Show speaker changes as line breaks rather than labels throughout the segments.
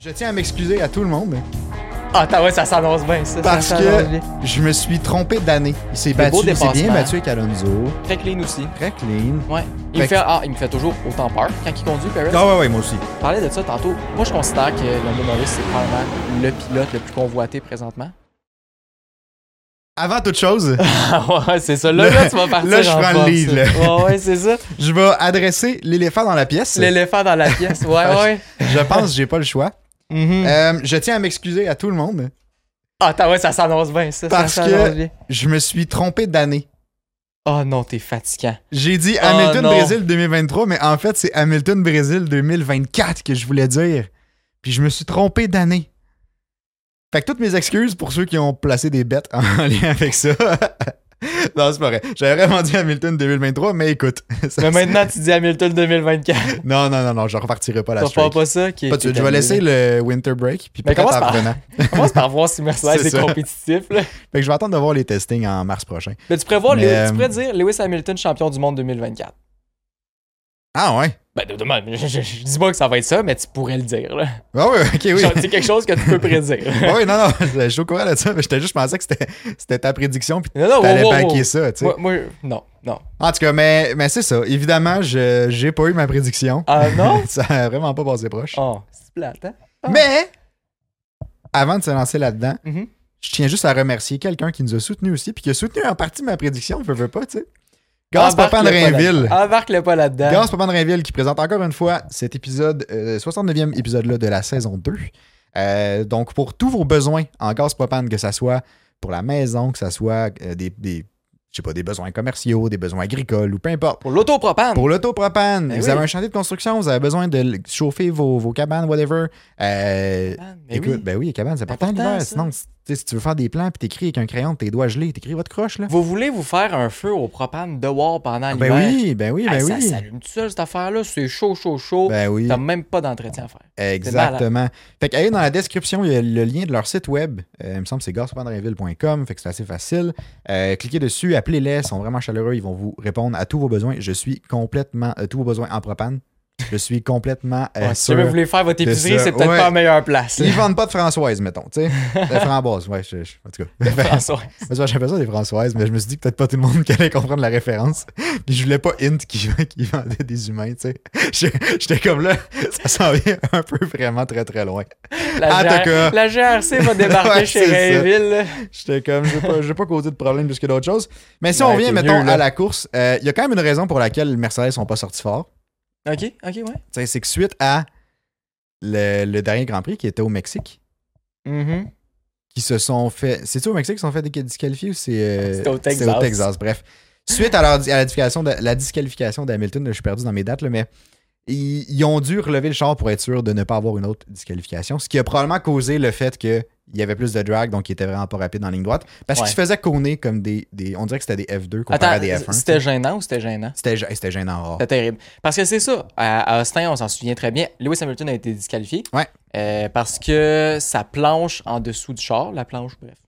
Je tiens à m'excuser à tout le monde
Ah, t'as ouais, ça s'annonce bien, ça.
parce
ça s'annonce
que
bien.
je me suis trompé d'année. Il s'est
Des
battu,
beaux
il s'est bien
dépassements.
battu avec Alonso.
Très clean aussi.
Très clean.
Ouais. Il me
Fait
fait, ah, il me fait toujours autant peur quand il conduit, Perez.
Ah ouais, ouais, moi aussi.
Je parlais de ça tantôt. Moi, je considère que Lando Norris, c'est probablement le pilote le plus convoité présentement.
Avant toute chose,
Ah ouais, c'est ça. Là,
Là-
là, tu vas partir
là, je
en
prends le
force,
lead, là.
Ouais, ouais, c'est ça.
je vais adresser l'éléphant dans la pièce.
L'éléphant dans la pièce. Ouais,
Ah,
ouais.
Je pense que j'ai pas le choix.
Mhm.
Euh, je tiens à m'excuser à tout le monde.
Ah, t'as ouais, ça s'annonce bien, ça.
parce
ça s'annonce
que-
bien.
Je me suis trompé d'année.
Oh non, t'es fatigant.
J'ai dit
Ah,
Hamilton
non.
Brésil 2023, mais en fait, c'est Hamilton Brésil 2024 que je voulais dire. Puis je me suis trompé d'année. Fait que toutes mes excuses pour ceux qui ont placé des bêtes en lien avec ça. non, c'est pas vrai. J'avais vraiment dit Hamilton 2023, mais écoute. ça-
Mais maintenant, tu dis Hamilton 2024.
Non, non, non, non, je repartirai pas la
T'en parles
streak.
pas ça? Qui
Pas de suite, je vais laisser le winter break, puis
Mais
peut-être
commence
en
par-
revenant.
Commence par voir si Mercedes
C'est
est,
ça.
compétitif, là.
Fait que je vais attendre de voir les testings en mars prochain.
Mais tu prévois,
Mais,
Lewis- tu
euh,
pourrais dire Lewis Hamilton champion du monde 2024.
Ah ouais?
Ben, de demain, je, je- je dis pas que ça va être ça, mais tu pourrais le dire, là.
Ah ouais, ok, oui.
Genre, C'est quelque chose que tu peux prédire.
Ah oui, non, non, je suis au courant de ça, mais j'étais juste pensé que c'était- c'était ta prédiction, puis
Non, non,
t'allais
wow, wow,
backer
wow.
ça, tu sais.
Moi, moi, non, non.
En tout cas, mais, mais c'est ça. Évidemment, je j'ai pas eu ma prédiction.
Ah non?
Ça a vraiment pas passé proche.
Oh, c'est plate, hein? Ah.
Mais, avant de se lancer là-dedans,
Mhm.
je tiens juste à remercier quelqu'un qui nous a soutenus aussi, puis qui a soutenu en partie ma prédiction, je veux pas, tu sais. Grâce Papa de
Embarque-le pas
Rainville.
là- Embarque-le pas là-dedans.
Grâce Papa de Rainville qui présente encore une fois cet épisode, euh, 69e épisode-là de la saison 2. Euh, donc, pour tous vos besoins en gaz propane, que ça soit pour la maison, que ça soit euh, des, des, je sais pas, des besoins commerciaux, des besoins agricoles ou peu importe.
Pour l'autopropane.
Pour l'autopropane,
Ben
vous
oui.
avez un chantier de construction, vous avez besoin de l- chauffer vos, vos cabanes, whatever. Euh,
Man, Ah, mais
écoute,
Eh oui.
ben oui, les cabanes, c'est important
Important,
l'hiver.
ça.
Sinon, c- tu sais, si tu veux faire des plans puis t'écris avec un crayon, tes doigts gelés, t'écris votre croche, là.
Vous voulez vous faire un feu au propane dehors pendant l'hiver?
Ben oui, ben oui, ben
Hey, Ça
oui.
s'allume tout seul, cette affaire-là. C'est chaud, chaud, chaud.
Ben oui.
T'as même pas d'entretien à faire.
Exactement. Fait que allez dans la description, il y a le lien de leur site web. Euh, il me semble que c'est gaspandrinville.com, fait que c'est assez facile. Euh, cliquez dessus, appelez-les, ils sont vraiment chaleureux, ils vont vous répondre à tous vos besoins. Je suis complètement euh, tous vos besoins en propane. Je suis complètement euh,
Ouais, si
sûr.
jamais vous voulez faire votre
de
épicerie,
ça.
c'est peut-être
Ouais.
pas la meilleure place.
Ils vendent pas de Françoise, mettons, tu sais. De Framboise, ouais, je- je- en tout cas.
François.
Parce que J'appelle ça des Françoises, mais je me suis dit que peut-être pas tout le monde qui allait comprendre la référence. Puis je voulais pas hint qui, qui vendait des humains, tu sais. Je- J'étais comme là, ça s'en vient un peu vraiment très très loin.
La,
En tout
GR-
cas.
la GRC va débarquer
Ouais,
chez
c'est ça.
Rainville. là.
J'étais comme, j'ai pas, j'ai pas causé de problème plus que d'autres choses. Mais si on
Ouais,
revient,
t'es
mettons,
mieux, là.
à la course, euh, il y a quand même une raison pour laquelle Mercedes sont pas sortis fort.
OK, OK, ouais.
Tu sais, C'est que suite à le, le dernier Grand Prix qui était au Mexique,
Mhm.
qui se sont fait. C'est-tu au Mexique qu'ils se sont fait dé- disqualifier ou c'est. euh,
Ah, C'était au
c'était
Texas.
Bref. Suite à, leur- à la, disqualification de, la disqualification d'Hamilton, je suis perdu dans mes dates, là, mais ils, ils ont dû relever le char pour être sûr de ne pas avoir une autre disqualification, ce qui a probablement causé le fait que. Il y avait plus de drag, donc il était vraiment pas rapide en ligne droite. Parce qu'ils
Ouais.
se faisaient conner comme des, des- On dirait que c'était des F2 comparé à
Attends,
des F1.
c'était gênant ou c'était gênant?
C'était gê- c'était gênant rare.
C'était terrible. Parce que c'est ça. À, à Austin, on s'en souvient très bien. Lewis Hamilton a été disqualifié.
Ouais.
Euh, parce que sa planche en dessous du char, la planche, bref.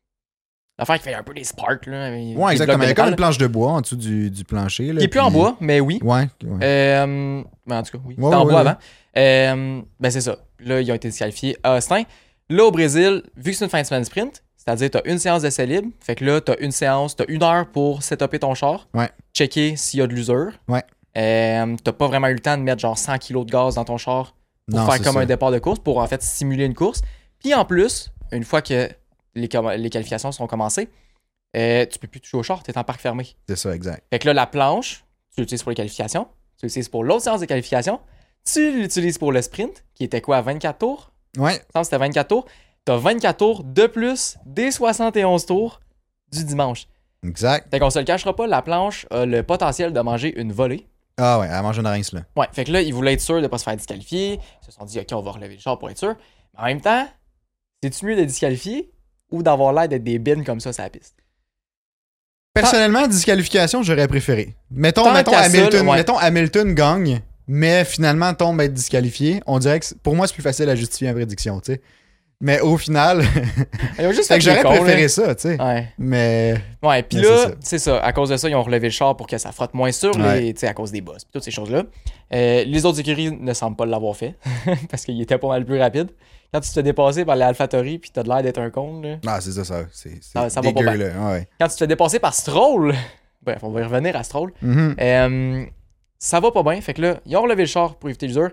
L'affaire qui fait un peu des sparks, là. avec des blocs
Ouais, exactement.
de
Il y a comme
métal,
une planche de bois en dessous du, du plancher.
là,
là,
Qui est plus en
puis-
bois, mais oui.
Ouais. ouais.
Euh, ben, en tout cas, oui.
Ouais,
C'était en
ouais,
bois
ouais.
avant. Euh, ben, c'est ça. Là, ils ont été disqualifiés à Austin. Là, au Brésil, vu que c'est une fin de semaine sprint, c'est-à-dire, tu as une séance d'essai libre. Fait que là, tu as une séance, tu as une heure pour setuper ton char,
Ouais.
checker s'il y a de l'usure.
Ouais.
Euh, t'as pas vraiment eu le temps de mettre genre 100 kilos de gaz dans ton char pour
Non,
faire
c'est
comme
ça.
un départ de course, pour en fait simuler une course. Puis en plus, une fois que les, com- les qualifications seront commencées, euh, tu peux plus toucher au char, tu es en parc fermé.
C'est ça, exact.
Fait que là, la planche, tu l'utilises pour les qualifications, tu l'utilises pour l'autre séance de qualification, tu l'utilises pour le sprint, qui était quoi, à 24 tours?
Ouais.
Je pense que c'était 24 tours. T'as 24 tours de plus des 71 tours du dimanche.
Exact.
Fait qu'on se le cachera pas, la planche a le potentiel de manger une volée.
Ah ouais, elle mange une rince, là.
Ouais, fait que là, ils voulaient être sûrs de pas se faire disqualifier. Ils se sont dit, OK, on va relever le char pour être sûr. Mais en même temps, c'est-tu mieux de disqualifier ou d'avoir l'air d'être des bines comme ça sur la piste?
Personnellement, disqualification, j'aurais préféré. Mettons,
Tant
mettons
qu'à ça,
Hamilton,
là, ouais.
mettons Hamilton gagne, mais finalement tombe à être disqualifié. On dirait que c'est- pour moi, c'est plus facile à justifier en prédiction, tu sais. Mais au final,
Ils ont juste
fait que
des
j'aurais
cons, là.
préféré ça, tu sais.
Ouais.
Mais
Ouais, puis
Mais c'est
là,
ça.
c'est ça. À cause de ça, ils ont relevé le char pour que ça frotte moins sur
Ouais.
les, tu sais, à cause des bosses, pis toutes ces choses-là. Euh, les autres écuries ne semblent pas l'avoir fait parce qu'ils étaient pas mal plus rapides. Quand tu te fais dépasser par les AlphaTauri puis t'as de l'air d'être un con, là.
Ah, c'est ça, ça. C'est c'est
Ah, ça va pas
dégueu,
bien.
là. Ouais.
Quand tu te fais dépasser par Stroll, bref, on va y revenir à Stroll.
Mhm.
Euh, ça va pas bien. Fait que là, ils ont relevé le char pour éviter l'usure.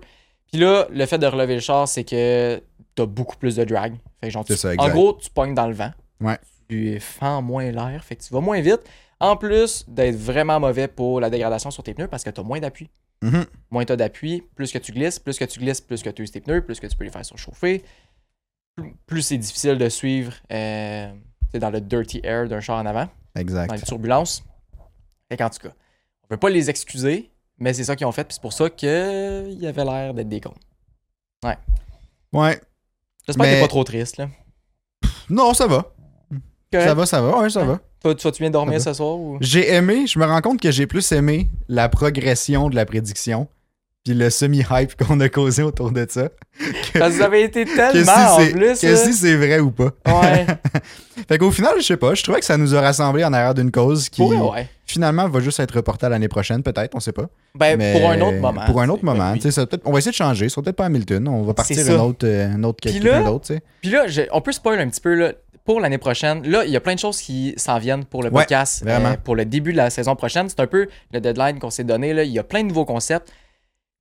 Puis là, le fait de relever le char, c'est que t'as beaucoup plus de drag. Fait que genre, tu-
C'est ça, exact.
en gros, tu pognes dans le vent.
Ouais.
Tu fends moins l'air. Fait que tu vas moins vite. En plus d'être vraiment mauvais pour la dégradation sur tes pneus parce que t'as moins d'appui.
Mhm.
Moins t'as d'appui, plus que tu glisses, plus que tu glisses, plus que tu uses tes pneus, plus que tu peux les faire surchauffer. Plus, plus c'est difficile de suivre euh, tu sais, dans le dirty air d'un char en avant dans les
Exact.
turbulences. Fait qu'en tout cas, on peut pas les excuser, mais c'est ça qu'ils ont fait, puis c'est pour ça qu'il y avait l'air d'être des cons.
Ouais.
J'espère que
Mais-
t'es pas trop triste, là.
Non, ça va. Ça va, ça va. Ouais, ça va.
Toi, tu vas-tu bien dormir
Ça
ce soir ou.
J'ai aimé, je me rends compte que j'ai plus aimé la progression de la prédiction, puis le semi-hype qu'on a causé autour de ça.
Parce que ça avait été
Que si
tellement en
c'est-
plus.
que
là.
si c'est vrai ou pas.
Ouais.
Fait qu'au final, je sais pas, je trouvais que ça nous a rassemblés en arrière d'une cause qui
Pour eux, ouais.
finalement va juste être reportée à l'année prochaine, peut-être, on sait pas.
Ben,
Mais
pour un autre moment.
Pour un
tu
autre
sais,
moment.
ben oui.
tu sais, ça va peut-être- on va essayer de changer, ce sera peut-être pas Hamilton, on va partir
ça.
un autre, euh, un autre
Puis
quelqu'un
là-
d'autre, tu sais.
Puis là, je- on peut spoiler un petit peu, là. Pour l'année prochaine, là, il y a plein de choses qui s'en viennent pour le
Ouais,
podcast, euh,
vraiment.
pour le début de la saison prochaine. C'est un peu le deadline qu'on s'est donné. Là. Il y a plein de nouveaux concepts,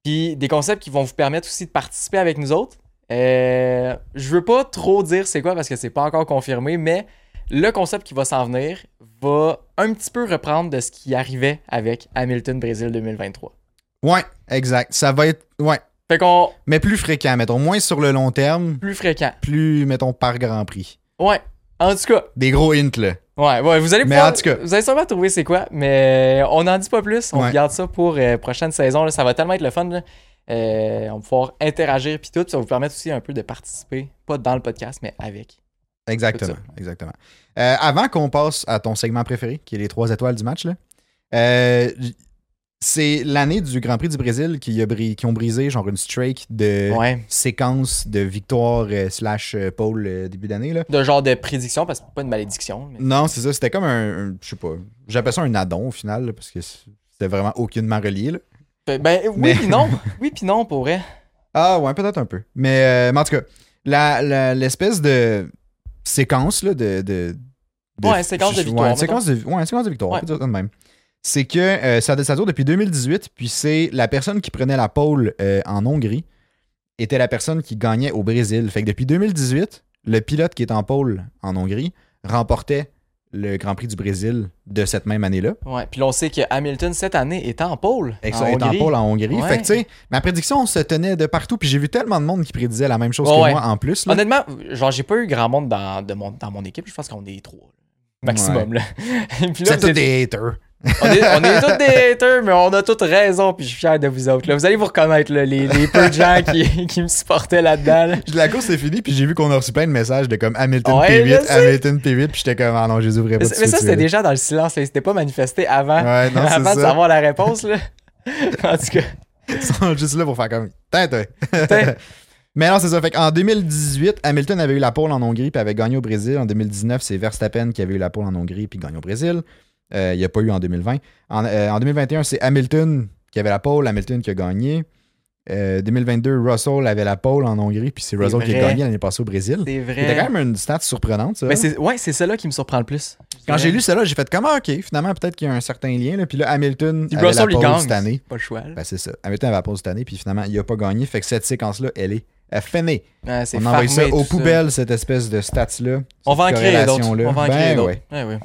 puis des concepts qui vont vous permettre aussi de participer avec nous autres. Euh, je veux pas trop dire c'est quoi parce que c'est pas encore confirmé, mais le concept qui va s'en venir va un petit peu reprendre de ce qui arrivait avec Hamilton Brésil 2023.
Ouais, exact. Ça va être, ouais,
Fait qu'on
mais plus fréquent, mettons, moins sur le long terme,
plus fréquent.
plus, mettons, par Grand Prix.
Ouais. En tout cas,
Des gros hints, là.
Ouais, ouais, vous allez
Mais
pouvoir-
en tout cas-
vous allez sûrement trouver c'est quoi, mais euh, on n'en dit pas plus. On
Ouais.
garde ça pour euh, prochaine saison. là. Ça va tellement être le fun. là. Euh, on va pouvoir interagir puis tout. Ça va vous permettre aussi un peu de participer, pas dans le podcast, mais avec.
Exactement, exactement. Euh, avant qu'on passe à ton segment préféré, qui est les trois étoiles du match, là, euh, j- c'est l'année du Grand Prix du Brésil qui, a bri- qui ont brisé genre une streak de
Ouais.
séquence de victoire euh, slash euh, pole euh, début d'année. là.
De genre de prédiction, parce que c'est pas une malédiction. mais-
Non, c'est ça, c'était comme un, un- je sais pas, j'appelle ça un addon au final, là, parce que c- c'était vraiment aucunement relié. là.
Ben, ben, oui,
Mais-
puis non. Oui, puis non, pour vrai.
Ah ouais, peut-être un peu. Mais, euh, mais en tout cas, la- la- l'espèce de séquence là, de, de, de-
Ouais, séquence de
ouais,
victoire, mettons.
séquence de, ouais, séquence de victoire, on
Ouais.
peut dire ça de même. C'est que euh, ça, ça dure depuis 2018, puis c'est la personne qui prenait la pole euh, en Hongrie était la personne qui gagnait au Brésil. Fait que depuis 2018, le pilote qui est en pole en Hongrie remportait le Grand Prix du Brésil de cette même année-là.
Ouais. Puis là, on sait que Hamilton, cette année, est en pôle.
Fait que
en
ça est en
Hongrie.
pôle en Hongrie.
Ouais.
Fait que, tu sais, ma prédiction se tenait de partout, puis j'ai vu tellement de monde qui prédisait la même chose que
Ouais.
moi en plus. là.
Honnêtement, genre, j'ai pas eu grand monde dans, de mon, dans mon équipe. Je pense qu'on est trois. Maximum, là. Puis là,
C'est
vous
tous
êtes-
des haters.
On est, on est tous des haters, mais on a toutes raison, puis je suis fier de vous autres. là. Vous allez vous reconnaître, là, les, les peu de gens qui, qui me supportaient là-dedans. là.
La course est finie, puis j'ai vu qu'on a reçu plein de messages de comme Hamilton
Ouais, je
P8,
sais.
Hamilton P8, puis j'étais comme, ah non, je les ouvrais
Mais,
pas.
ça- mais ça, c'était déjà dans le silence, là. ils s'étaient pas manifestés avant,
Ouais, non,
avant
c'est
de
ça.
savoir la réponse. Là. en tout cas,
Ils sont juste là pour faire comme, Tain, toi.
Tain.
Mais non, c'est ça. Fait qu'en 2018, Hamilton avait eu la pole en Hongrie, puis avait gagné au Brésil. En 2019, c'est Verstappen qui avait eu la pole en Hongrie, puis gagné au Brésil. Euh, il n'y a pas eu en 2020. En, euh, en 2021, c'est Hamilton qui avait la pole, Hamilton qui a gagné. Euh, 2022, Russell avait la pole en Hongrie, puis c'est
C'est
Russell qui a
vrai.
gagné l'année passée au Brésil.
c'est
C'était
vrai.
quand même une stat surprenante, ça.
Mais c'est, ouais, c'est celle-là qui me surprend le plus.
Quand j'ai lu cela, j'ai fait comme ah, OK, finalement, peut-être qu'il y a un certain lien. là. Puis là, Hamilton
Puis
avait
Russell,
la
il
pole
gagne.
cette année.
Pas le choix. là.
Ben, c'est ça. Hamilton avait la pole cette année, puis finalement, il n'a pas gagné. Fait que cette séquence-là, elle est euh, finie.
Ouais, c'est
On envoie ça
farmé,
aux
tout ça.
poubelles, cette espèce de stats-là.
On va en créer d'autres.
corrélation-là.
On va en
Ben
créer d'autres.
ouais.
Ouais, ouais.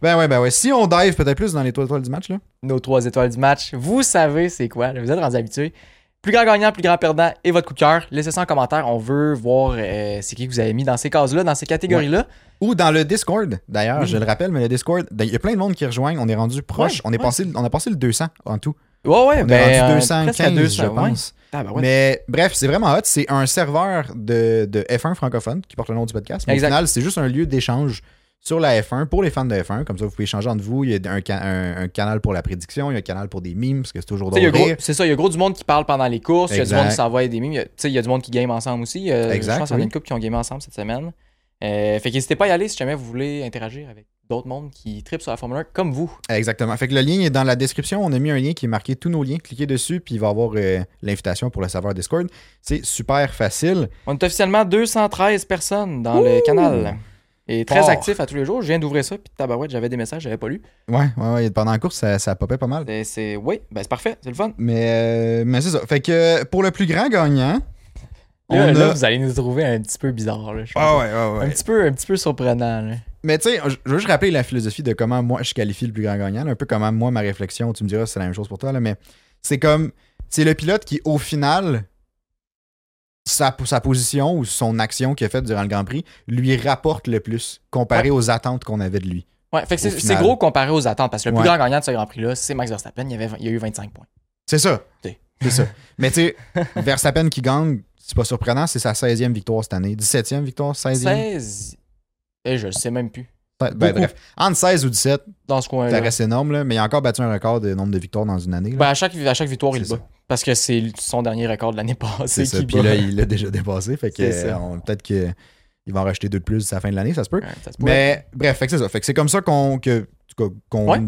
Ben ouais, ben ouais. Si on dive peut-être plus dans les toiles du match, là.
nos trois étoiles du match. Vous savez c'est quoi, là, vous êtes rendus habitués. Plus grand gagnant, plus grand perdant et votre coup de cœur. Laissez ça en commentaire. On veut voir euh, c'est qui que vous avez mis dans ces cases-là, dans ces catégories-là.
Ou dans le Discord, d'ailleurs,
Oui.
je le rappelle, mais le Discord, ben, il y a plein de monde qui rejoignent. On est rendu proche.
Mm. Ouais,
on, est
ouais.
passé, on a passé le 200 en tout.
Ouais, ouais,
On est
ben,
rendu
euh,
215,
presque à 200,
je
ouais.
pense.
Tabarouette.
Mais bref, c'est vraiment hot. C'est un serveur de, de F1 francophone qui porte le nom du podcast. Mais
Exact.
au final, c'est juste un lieu d'échange sur la F1 pour les fans de F1. Comme ça, vous pouvez échanger entre vous. Il y a un, ca- un- un canal pour la prédiction, il y a un canal pour des memes, parce que c'est toujours
Tu sais, il y
drôle.
a
de rire.
gros- C'est ça, il y a gros du monde qui parle pendant les courses, il y a du
Exact.
monde qui s'envoie des mimes, il y a- tu sais, il y a du monde qui game ensemble aussi. Euh,
Exact,
je pense qu'il y en a
oui.
une couple qui ont gamé ensemble cette semaine. Euh, fait qu'hésitez pas à y aller si jamais vous voulez interagir avec d'autres mondes qui tripent sur la Formule 1 comme vous.
Exactement. Fait que le lien est dans la description. On a mis un lien qui est marqué tous nos liens. Cliquez dessus, puis il va y avoir euh, l'invitation pour le serveur Discord. C'est super facile.
On est officiellement 213 personnes dans le canal. Et très
Fort.
actif à tous les jours. Je viens d'ouvrir ça, puis tabarouette, j'avais des messages, j'avais pas lu.
Ouais, ouais, ouais. Pendant la course, ça, ça popait pas mal.
Et C'est... Oui, ben c'est parfait, c'est le fun.
Mais, euh, mais c'est ça. Fait que euh, pour le plus grand gagnant, on
Là, là,
a.
vous allez nous trouver un petit peu bizarre. Là, je pense.
Ah ouais, ouais,
un,
ouais.
petit peu, un petit peu surprenant. là.
Mais tu sais, je je veux juste rappeler la philosophie de comment moi je qualifie le plus grand gagnant, là, un peu comment moi ma réflexion, tu me diras c'est la même chose pour toi, là, mais c'est comme c'est le pilote qui, au final, sa, sa position ou son action qu'il a faite durant le Grand Prix lui rapporte le plus comparé aux attentes qu'on avait de lui.
Ouais, fait que
Au
c'est, c'est
final.
gros comparé aux attentes, parce que le plus
Ouais.
grand gagnant de ce Grand Prix-là, c'est Max Verstappen. Il, y avait, il y a eu 25 points.
C'est ça.
T'sais.
C'est ça. mais tu sais, Verstappen qui gagne, c'est pas surprenant, c'est sa 16e victoire cette année. 17e victoire, 16e.
16... Et eh, je le sais même plus.
Ben, ben,
beaucoup.
bref, entre 16 ou 17,
Dans ce
ça
coin-là.
reste énorme, là, mais il a encore battu un record de nombre de victoires dans une année. là.
Ben, à, chaque, à chaque victoire, il le
C'est
bat. Parce que c'est son dernier record de l'année passée.
C'est ça.
qui
Puis là, il l'a déjà dépassé. Fait que
C'est ça.
euh, on- peut-être qu'il va en racheter deux de plus à la fin de l'année, ça se peut.
Mais...
Mais bref, fait que c'est ça. Fait que c'est comme ça qu'on que- en tout cas, qu'on
Ouais.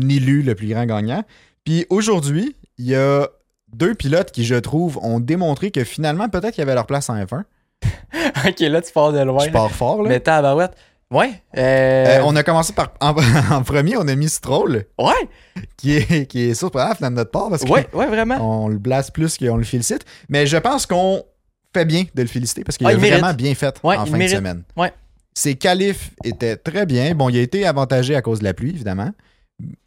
élue le plus grand gagnant. Puis aujourd'hui, il y a deux pilotes qui, je trouve, ont démontré que finalement, peut-être qu'il y avait leur place en F1.
ok, là, tu pars de loin.
je pars fort, là.
Mais tabarouette. Ouais. euh,
Euh, on a commencé par. En, en premier, on a mis Stroll,
Ouais,
qui est, qui est surprenant finalement, de notre part parce que
ouais, ouais, vraiment.
on le blase plus qu'on le félicite. Mais je pense qu'on fait bien de le féliciter parce qu'il
Ah,
a
il mérite.
vraiment bien fait
Ouais,
en
il
fin
mérite.
de semaine.
Ouais.
Ses qualifs étaient très bien. Bon, il a été avantagé à cause de la pluie, évidemment.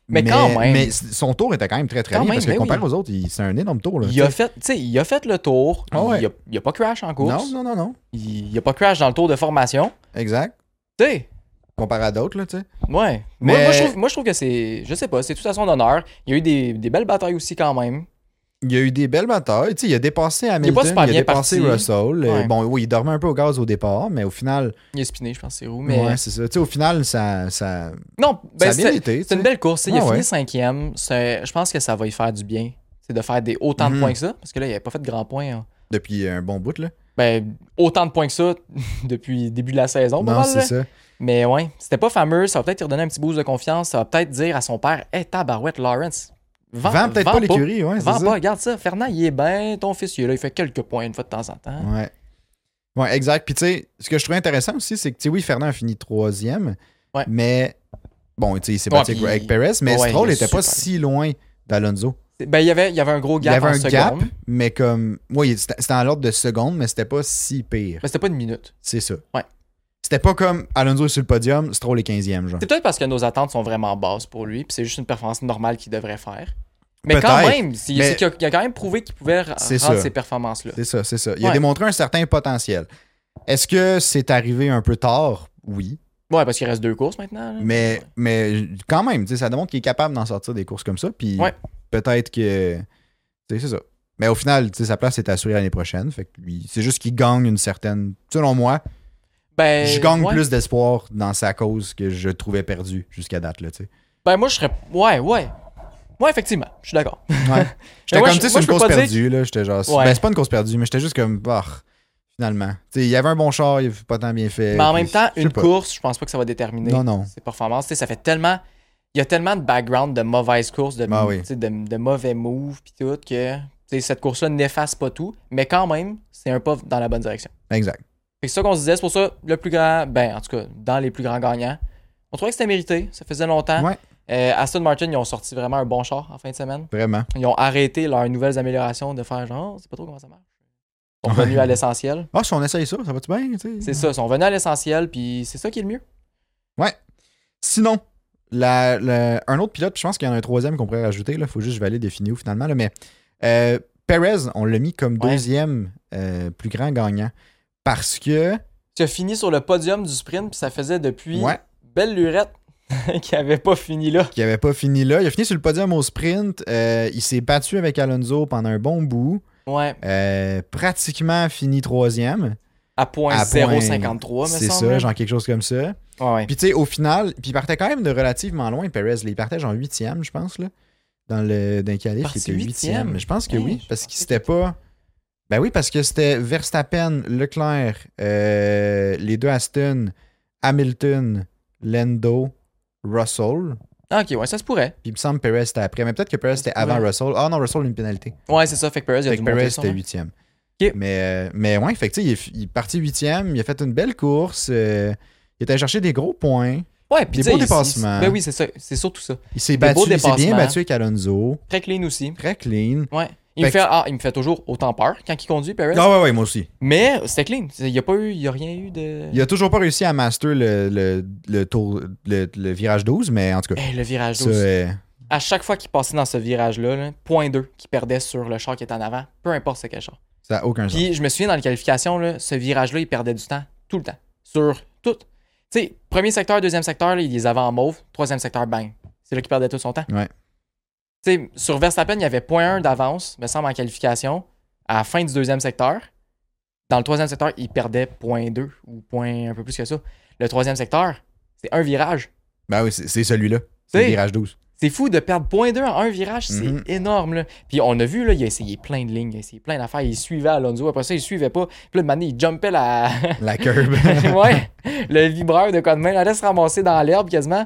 Mais quand même.
mais son tour était quand même très très
Quand
bien
même,
parce que
mais
comparé
oui.
aux autres, il- c'est un énorme tour. Là,
Il
tu
a
sais.
fait, tu sais, il a fait le tour.
Ah ouais.
il, a, il a pas crash en course.
Non, non, non, non.
Il, il a pas crash dans le tour de formation.
Exact.
Tu sais,
Comparé à d'autres, là, tu sais.
ouais. Moi,
Mais-
moi, je trouve, moi, je trouve que c'est, je sais pas, c'est tout à son honneur. Il y a eu des, des belles batailles aussi quand même.
Il y a eu des belles batailles. Tu sais, il a dépassé Hamilton, il,
pas super
a
bien
dépassé
parti.
Russell. Euh,
Ouais.
Bon, oui, il dormait un peu au gaz au départ, mais au final,
Il a spiné, je pense, c'est roux. Mais
ouais, c'est ça. Tu sais, au final, ça, ça,
non,
ça
ben,
a bien
c'est
été. tu
c'est
sais.
une belle course. Il a
Ah ouais.
fini cinquième. C'est- Je pense que ça va lui faire du bien. C'est de faire des autant de
Mhm.
points que ça, parce que là, il avait pas fait de grands points. hein.
Depuis un bon bout, là.
Ben, autant de points que ça depuis le début de la saison. pas
non,
mal,
c'est
là.
ça.
Mais ouais, c'était pas fameux. Ça va peut-être lui redonner un petit boost de confiance. Ça va peut-être dire à son père Hé, tabarouette, Lawrence, vends,
Vends peut-être pas l'écurie, ouais, c'est
Vends
ça.
pas, regarde ça. Fernand, il est bien. Ton fils, il est là. Il fait quelques points une fois de temps en temps.
Ouais. Ouais, exact. Puis tu sais, ce que je trouve intéressant aussi, c'est que tu sais, oui, Fernand a fini troisième,
Ouais.
mais bon, tu sais, il s'est
Ouais,
battu
puis-
avec Greg Perez, mais
Ouais,
Stroll
il est
n'était pas
super.
si loin d'Alonso.
Ben, il y avait, il y avait un gros
Il y
gap
avait
en
un
seconde.
gap, mais comme, oui, c'était c'était en l'ordre de secondes, mais c'était pas si pire.
Mais c'était pas une minute.
C'est ça.
Ouais.
C'était pas comme Alonso est sur le podium, Stroll est 15e, genre.
C'est peut-être parce que nos attentes sont vraiment basses pour lui. Puis c'est juste une performance normale qu'il devrait faire. Mais quand
Peut-être,
même, c'est-
mais-
c'est qu'il a- il a quand même prouvé qu'il pouvait r-
C'est
rendre
ça.
ces performances-là.
C'est ça, c'est ça. Il a
Ouais.
démontré un certain potentiel. Est-ce que c'est arrivé un peu tard? Oui.
Ouais, parce qu'il reste deux courses maintenant. là.
Mais, mais quand même, tu sais, ça démontre qu'il est capable d'en sortir des courses comme ça. Puis
Ouais.
peut-être que. tu sais, C'est ça. Mais au final, tu sais, sa place est assurée l'année prochaine. Fait que lui, c'est juste qu'il gagne une certaine. Selon moi,
ben,
je gagne
ouais.
plus d'espoir dans sa cause que je trouvais perdu jusqu'à date. Là, tu sais.
Ben, moi, je serais. Ouais, ouais. Ouais, effectivement. Je suis d'accord.
ouais. J'étais
Mais moi,
comme, tu
je-
sais,
moi,
c'est une
je peux
cause
pas dire
perdue. là. J'étais genre.
Ouais.
Ben, c'est pas une cause perdue, mais j'étais juste comme. Bah, finalement. Tu sais, il y avait un bon char, il avait pas tant bien fait.
Mais en
puis
même temps,
Euh, je sais
une
pas.
course, je pense pas que ça va déterminer
Non, non.
ses performances. Tu sais, ça fait tellement. Il y a tellement de background de mauvaises courses, de,
Ah oui.
tu sais, de, de mauvais moves, puis tout, que tu sais, cette course-là n'efface pas tout. Mais quand même, c'est un pas dans la bonne direction.
Exact.
Fait que c'est ça qu'on se disait. C'est pour ça, le plus grand. Ben, en tout cas, dans les plus grands gagnants, on trouvait que c'était mérité. Ça faisait longtemps.
Ouais.
Euh, Aston Martin, ils ont sorti vraiment un bon char en fin de semaine.
Vraiment.
Ils ont arrêté leurs nouvelles améliorations de faire genre, oh, c'est pas trop comment ça marche. Ils sont
Ouais.
revenus à l'essentiel.
Ah, si on essaye ça, ça va-tu bien? tu sais?
C'est ça, ils sont venus à l'essentiel, puis c'est ça qui est le mieux.
Sinon, la- la- un autre pilote, puis je pense qu'il y en a un troisième qu'on pourrait rajouter. Il faut juste que je valide et finir où, finalement. là, mais euh, Perez, on l'a mis comme
Ouais.
deuxième euh, plus grand gagnant parce que.
Tu as fini sur le podium du sprint, puis ça faisait depuis
Ouais.
belle lurette qu'il avait pas fini là.
Qui n'avait pas fini là. Il a fini sur le podium au sprint. euh, il s'est battu avec Alonso pendant un bon bout.
Ouais,
euh, pratiquement fini troisième.
à point
À point-
0.53, me semble.
C'est ça,
là.
genre quelque chose comme ça.
Ouais, ouais.
Puis tu sais, au final, puis il partait quand même de relativement loin, Perez. là. Il partait genre huitième, je pense, là. Dans le d'un qualif, il
Parti
était
huitième?
huitième. Je pense que
Hein,
oui,
je
parce
pensais
qu'il s'était pas. Ben oui, parce que c'était Verstappen, Leclerc, euh, les deux Aston, Hamilton, Lando, Russell.
Ah, ok, ouais, ça se pourrait.
Puis il me semble que Perez était après. Mais peut-être que Perez était avant
Ouais.
Russell. Ah non, Russell a eu une pénalité.
Ouais, c'est ça, fait que Perez, il a
Fait
dû
que
monter
Perez
son
était
nom.
huitième.
Ok.
Mais, euh, mais ouais, fait que tu sais, il, est- il est parti huitième, il a fait une belle course. euh, il était allé chercher des gros points.
Ouais, puis
Des
tu sais,
beaux
il- il-
dépassements.
Ben oui, c'est ça, c'est surtout ça.
Il s'est
Des
battu,
beaux
il s'est bien
dépassements.
battu avec Alonso.
Très clean aussi.
Très clean.
Ouais. Il
Fait
me, fait,
que-
ah, il me fait toujours autant peur quand il conduit, Perez.
Ah ouais, ouais, moi aussi.
Mais c'était clean. Il n'y a pas eu, il y a rien eu de.
Il a toujours pas réussi à master le, le, le, tour- le- le virage 12, mais en tout cas,
Eh, le virage
ça,
12.
euh,
À chaque fois qu'il passait dans ce virage-là, là, point 2 qu'il perdait sur le char qui est en avant, peu importe c'est quel char.
ça a aucun sens.
Puis je me souviens dans les qualifications, là, ce virage-là, il perdait du temps, tout le temps, sur tout. Tu sais, premier secteur, deuxième secteur, là, il les avait en mauve, troisième secteur, bang. C'est là qu'il perdait tout son temps.
Ouais.
Tu sais, sur Verstappen, il y avait point 1 d'avance, me semble, en qualification, à la fin du deuxième secteur. Dans le troisième secteur, il perdait point 2 ou point un peu plus que ça. Le troisième secteur, c'est un virage.
Ben oui, c'est c'est celui-là. C'est le
T'sais,
virage 12.
C'est fou de perdre 0.2 en un virage, c'est
Mhm.
énorme. Là. Puis on a vu, là, il a essayé plein de lignes, il a essayé plein d'affaires, il suivait Alonso, après ça, il suivait pas. Puis là, de manière, il jumpait la...
La curb.
ouais, le vibreur de quoi de main, il allait se ramasser dans l'herbe quasiment.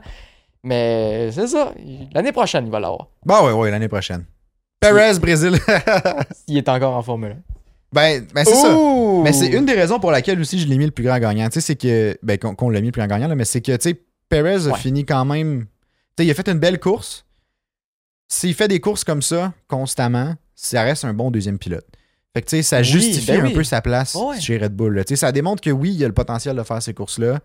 Mais c'est ça, il- l'année prochaine, il va l'avoir,
Bon, ouais, ouais, l'année prochaine. Perez, Brésil.
s'il est encore en Formule
ben, ben
1.
c'est ça.
Ouh!
Mais c'est une des raisons pour laquelle aussi je l'ai mis le plus grand gagnant. Tu sais, c'est que. Ben, qu'on qu'on l'a mis le plus grand gagnant, là, mais c'est que, tu sais, Perez a
Ouais.
fini quand même. Tu sais, il a fait une belle course. S'il fait des courses comme ça, constamment, ça reste un bon deuxième pilote. Fait que, tu sais, ça
Oui,
justifie
ben
un
oui.
peu sa place
Ouais, ouais.
chez Red Bull. là. Tu sais, ça démontre que oui, il a le potentiel de faire ces courses-là.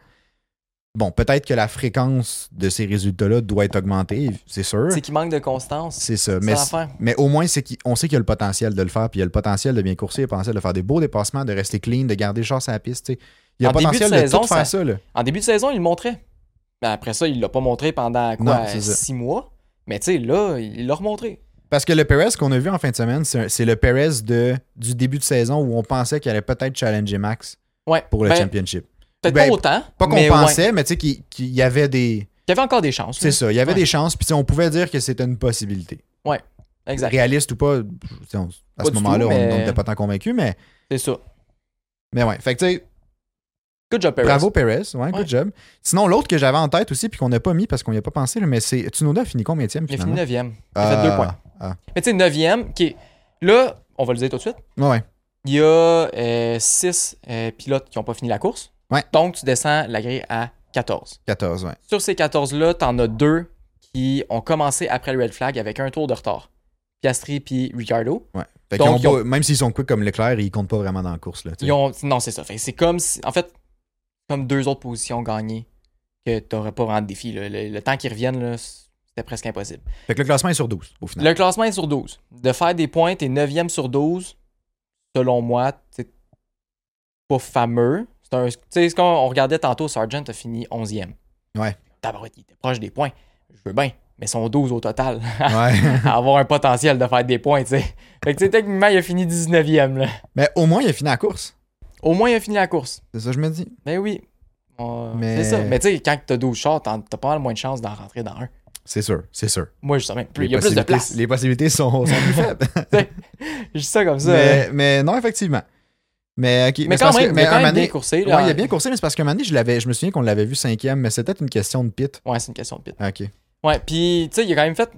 Bon, peut-être que la fréquence de ces résultats-là doit être augmentée, c'est sûr.
C'est qu'il manque de constance.
C'est ça.
C'est
Mais,
l'affaire.
mais au moins, c'est qu'il- on sait qu'il y a le potentiel de le faire, puis il y a le potentiel de bien courser, le potentiel de faire des beaux dépassements, de rester clean, de garder le char sur la piste. tu sais. Il y a
En
le
début
potentiel
de
de,
saison,
tout faire ça.
ça-
là.
En début de saison, il le montrait. Mais après ça, il l'a pas montré pendant quoi,
Non, c'est ça.
six mois. Mais tu sais, là, il l'a remontré.
Parce que le Perez qu'on a vu en fin de semaine, c'est un- c'est le Perez de, du début de saison où on pensait qu'il allait peut-être challenger Max
Ouais.
pour le
Ben,
championship.
Peut-être
ben,
pas autant.
Pas qu'on
mais ouais.
pensait, mais tu sais qu'il qu'il y avait des.
Il y avait encore des chances.
C'est
là.
ça, il y avait
Mmh. Ouais.
des chances, puis tu sais, on pouvait dire que c'était une possibilité.
Exact.
Réaliste ou pas, tu sais, on- à
Pas
ce
du
moment-là,
tout,
on- on
mais-
n'était pas tant convaincu, mais,
C'est ça.
mais ouais. Fait que tu sais,
Good job, Perez.
Bravo Perez, ouais,
Ouais.
good job. Sinon, l'autre que j'avais en tête aussi, puis qu'on n'a pas mis parce qu'on n'y a pas pensé, là, mais c'est Tsunoda a fini combien de
Il a fini 9 Il a
Ah,
fait 2 points.
ah.
Mais tu sais, 9 e Là, on va le dire tout de suite.
Ouais,
Il y a 6 pilotes qui n'ont pas fini la course.
Ouais.
Donc, tu descends la grille à 14.
14, ouais.
Sur ces 14-là, tu en as deux qui ont commencé après le red flag avec un tour de retard. Piastri puis Ricardo.
Fait
Donc,
qu'ils ont
ils
pas- Même s'ils sont quick comme Leclerc, ils comptent pas vraiment dans la course. Là, tu sais.
Ils ont... Non, c'est ça. Fait que C'est comme si... En fait, comme deux autres positions gagnées que tu n'aurais pas vraiment de défi. là. Le, le temps qu'ils reviennent, là, c'était presque impossible.
Fait que le classement est sur 12 au final.
Le classement est sur 12. De faire des points, t'es 9e sur 12. Selon moi, c'est pas fameux. C'est un- tu sais, ce qu'on on regardait tantôt, Sargent a fini 11e.
Ouais.
Tabarouette, il était proche des points. Je veux bien, mais ils sont 12 au total.
Ouais.
à avoir un potentiel de faire des points, tu sais. Fait que, tu sais, techniquement, il a fini 19e. là.
mais au moins, il a fini la course.
Au moins, il a fini la course.
C'est ça que je me dis.
Ben oui. On-
Mais-
C'est ça. Mais tu sais, quand t'as 12 chars, t'en- t'as pas mal moins de chances d'en rentrer dans un.
C'est sûr, c'est sûr.
Moi, justement, plus, il y a plus de
possibilités-
place.
Les possibilités sont, sont plus faibles.
Je dis ça comme ça.
mais, mais non, effectivement. Mais, ok,
mais,
c'est
quand
parce
même,
que-
il a
mais
quand
un
même
moment
bien
donné-
coursé.
ouais,
Là,
il a bien coursé, mais c'est parce qu'un moment donné, je l'avais- je me souviens qu'on l'avait vu cinquième, mais c'était une question de pit. Ah,
Ouais, c'est une question de pit.
Ok.
Ouais, puis tu sais, il a quand même fait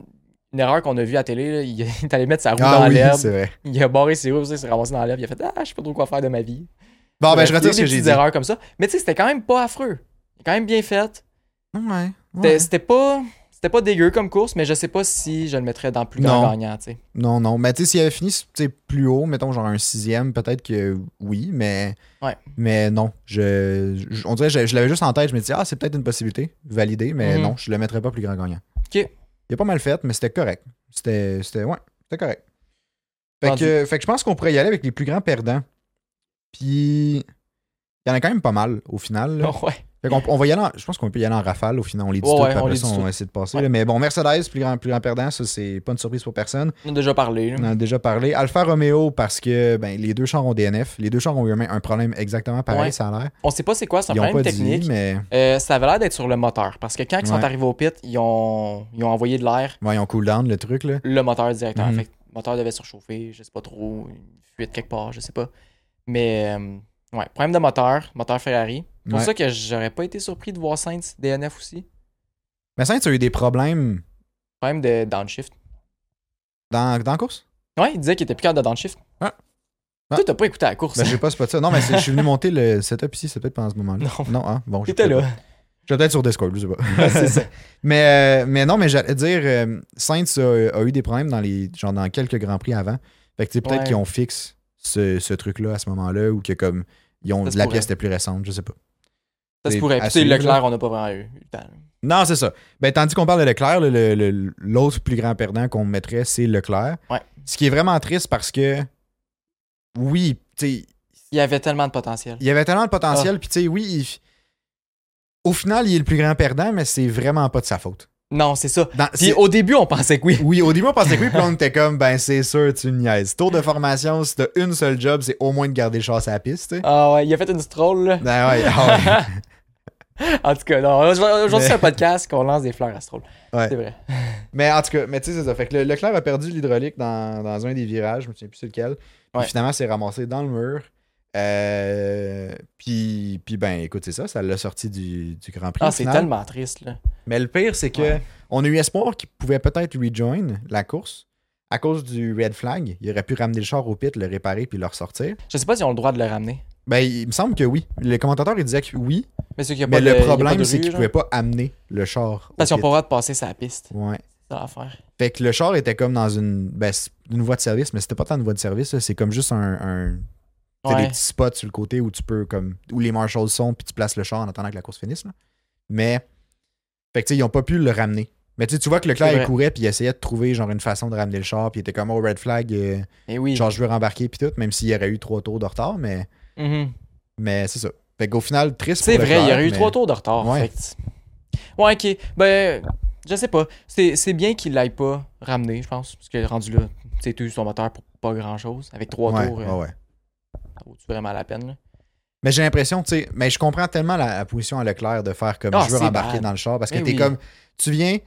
une erreur qu'on a vue à la télé. là. Il est allé mettre sa roue
Ah
dans
oui,
l'herbe.
c'est vrai.
Il a barré ses roues, tu sais, il s'est ramassé dans l'herbe. Il a fait Ah, je sais pas trop quoi faire de ma vie.
Bon, ben,
Bref,
je
il y a eu
retire ce que
des
j'ai
petites
dit.
erreurs comme ça. Mais tu sais, c'était quand même pas affreux. Il a quand même bien fait.
Ouais.
C'était
ouais.
c'était pas. C'était pas dégueu comme course, mais je sais pas si je le mettrais dans plus grand
Non.
gagnant, tu sais.
Non, non. Mais tu sais, s'il avait fini tu sais, plus haut, mettons genre un sixième, peut-être que oui, mais.
Ouais.
Mais non. Je, je- on dirait, je, je l'avais juste en tête, je me dis, ah, c'est peut-être une possibilité, validée, mais
Mhm.
non, je le mettrais pas plus grand gagnant.
Ok.
Il a pas mal fait, mais c'était correct. C'était. c'était- Ouais, c'était correct. Fait
Rendu.
que, fait que je pense qu'on pourrait y aller avec les plus grands perdants. Puis. Il y en a quand même pas mal au final. là.
ouais.
Fait qu'on- on va y aller en- je pense qu'on peut y aller en rafale au final. On les dit
Ouais,
tout,
ouais,
puis
on
après
les
ça,
dit
on
tout.
va essayer de passer.
Ouais.
là. Mais bon, Mercedes, plus grand, plus grand perdant, ça, c'est pas une surprise pour personne.
On en a déjà parlé. là.
On en a déjà parlé. Alfa Romeo, parce que ben, les deux chars ont DNF. Les deux chars ont eu un un problème exactement pareil,
Ouais.
ça a l'air.
On sait pas c'est quoi, c'est un
Ils ont pas
problème technique.
dit, mais
Euh, ça avait l'air d'être sur le moteur. Parce que quand ils sont
Ouais.
arrivés au pit, ils ont, ils ont envoyé de l'air
ouais, ils ont cool down le truc. Là.
le moteur directeur.
Mhm.
Fait que moteur devait surchauffer, je sais pas trop, une fuite quelque part, je sais pas. Mais euh, ouais, problème de moteur, moteur Ferrari. C'est pour
Ouais.
ça que j'aurais pas été surpris de voir Sainz DNF aussi.
Mais Sainz a eu des problèmes
Problème de downshift.
dans, dans la course?
Ouais, il disait qu'il était plus capable de downshift.
Ah. Ah.
Toi, t'as pas écouté la course.
Ben, j'ai pas spot ça. Non, mais c'est- je suis venu monter le setup ici, c'est peut-être pendant ce moment-là.
non,
Non, hein? Bon, je
t'étais là.
Je vais peut-être sur Discord, je sais pas.
Ouais, c'est ça.
Mais, euh, mais non, mais j'allais dire, euh, Sainz a, a eu des problèmes dans les genre dans quelques Grands Prix avant. Fait que tu sais, peut-être
Ouais.
qu'ils ont fixe ce, ce truc-là à ce moment-là ou que comme ils ont,
Ça se
la
pourrait.
pièce était plus récente, je sais pas.
Ça se
C'est
pourrait. Puis
à
tu sais,
suivre,
Leclerc, on n'a pas vraiment eu le temps.
Non, c'est ça. Ben, tandis qu'on parle de Leclerc, le- le- le- l'autre plus grand perdant qu'on mettrait, c'est Leclerc.
Ouais.
Ce qui est vraiment triste parce que, oui, tu sais,
Il y avait tellement de potentiel.
il y avait tellement de
Ah.
potentiel, puis tu sais, oui, il- au final, il est le plus grand perdant, mais c'est vraiment pas de sa faute.
Non, c'est ça.
Dans-
Puis
c'est-
au début, on pensait que oui.
Oui, au début, on pensait que oui, puis là, on était comme, ben, c'est sûr, tu me niaises. Tour de formation, si t'as une seule job, c'est au moins de garder le chasse à la piste, tu sais.
Ah ouais, il a fait une stroll, là.
Ben ouais, ah
En tout cas, non. Aujourd'hui,
Mais-
c'est un podcast qu'on lance des fleurs à stroll.
Ouais.
C'est vrai.
ouais. Mais en tout cas, mais tu sais, c'est ça. Fait que le- Leclerc a perdu l'hydraulique dans, dans un des virages, je me souviens plus c'est lequel. Puis
Ouais.
finalement, c'est ramassé dans le mur. Euh, puis, puis ben, écoute, c'est ça, ça l'a sorti du, du Grand Prix. au
Ah, c'est
final.
tellement triste, là.
Mais le pire, c'est que
Ouais.
on a eu espoir qu'il pouvait peut-être rejoin la course à cause du red flag. Il aurait pu ramener le char au pit, le réparer, puis le ressortir.
Je sais pas si on a le droit de le ramener.
Ben, il me semble que oui. Le commentateur, il disait que oui.
Mais ceux qui ont
Mais
pas de-
le
il y a pas de
problème, c'est
rue,
qu'il
genre.
pouvait pas amener le char. au
Parce qu'ils ont
pit.
pas le droit de passer sa piste.
Ouais.
C'est ça l'affaire.
Fait que le char était comme dans une, ben, c'est une voie de service, mais c'était pas tant une voie de service. là. C'est comme juste un. un- t'as
Ouais.
des petits spots sur le côté où tu peux, comme. où les marshals sont, puis tu places le char en attendant que la course finisse. là. Mais. Fait que tu sais, ils ont pas pu le ramener. Mais tu sais, tu vois que Leclerc,
C'est
il
vrai.
courait, puis il essayait de trouver, genre, une façon de ramener le char, puis il était comme, oh, red flag, euh,
Mais Eh oui.
genre, je veux rembarquer, puis tout, même s'il y aurait eu trois tours de retard, mais.
Mhm.
Mais c'est ça. Fait qu'au final, triste
C'est
pour
vrai, il y
Leclerc,
aurait eu
mais-
trois tours de retard.
Ouais.
fait que- Ouais, ok. Ben, je sais pas. C'est c'est bien qu'il l'aille pas ramener, je pense. Parce que rendu là, tu sais, tu son moteur pour pas grand chose. Avec trois
Ouais,
tours, euh,
ouais, ouais.
ça vaut-tu vraiment la peine, là?
Mais j'ai l'impression, tu sais, mais je comprends tellement la, la position à Leclerc de faire comme
Ah,
je veux
c'est
rembarquer
bad.
dans le char parce que
Mais
t'es
oui.
comme, tu viens, tu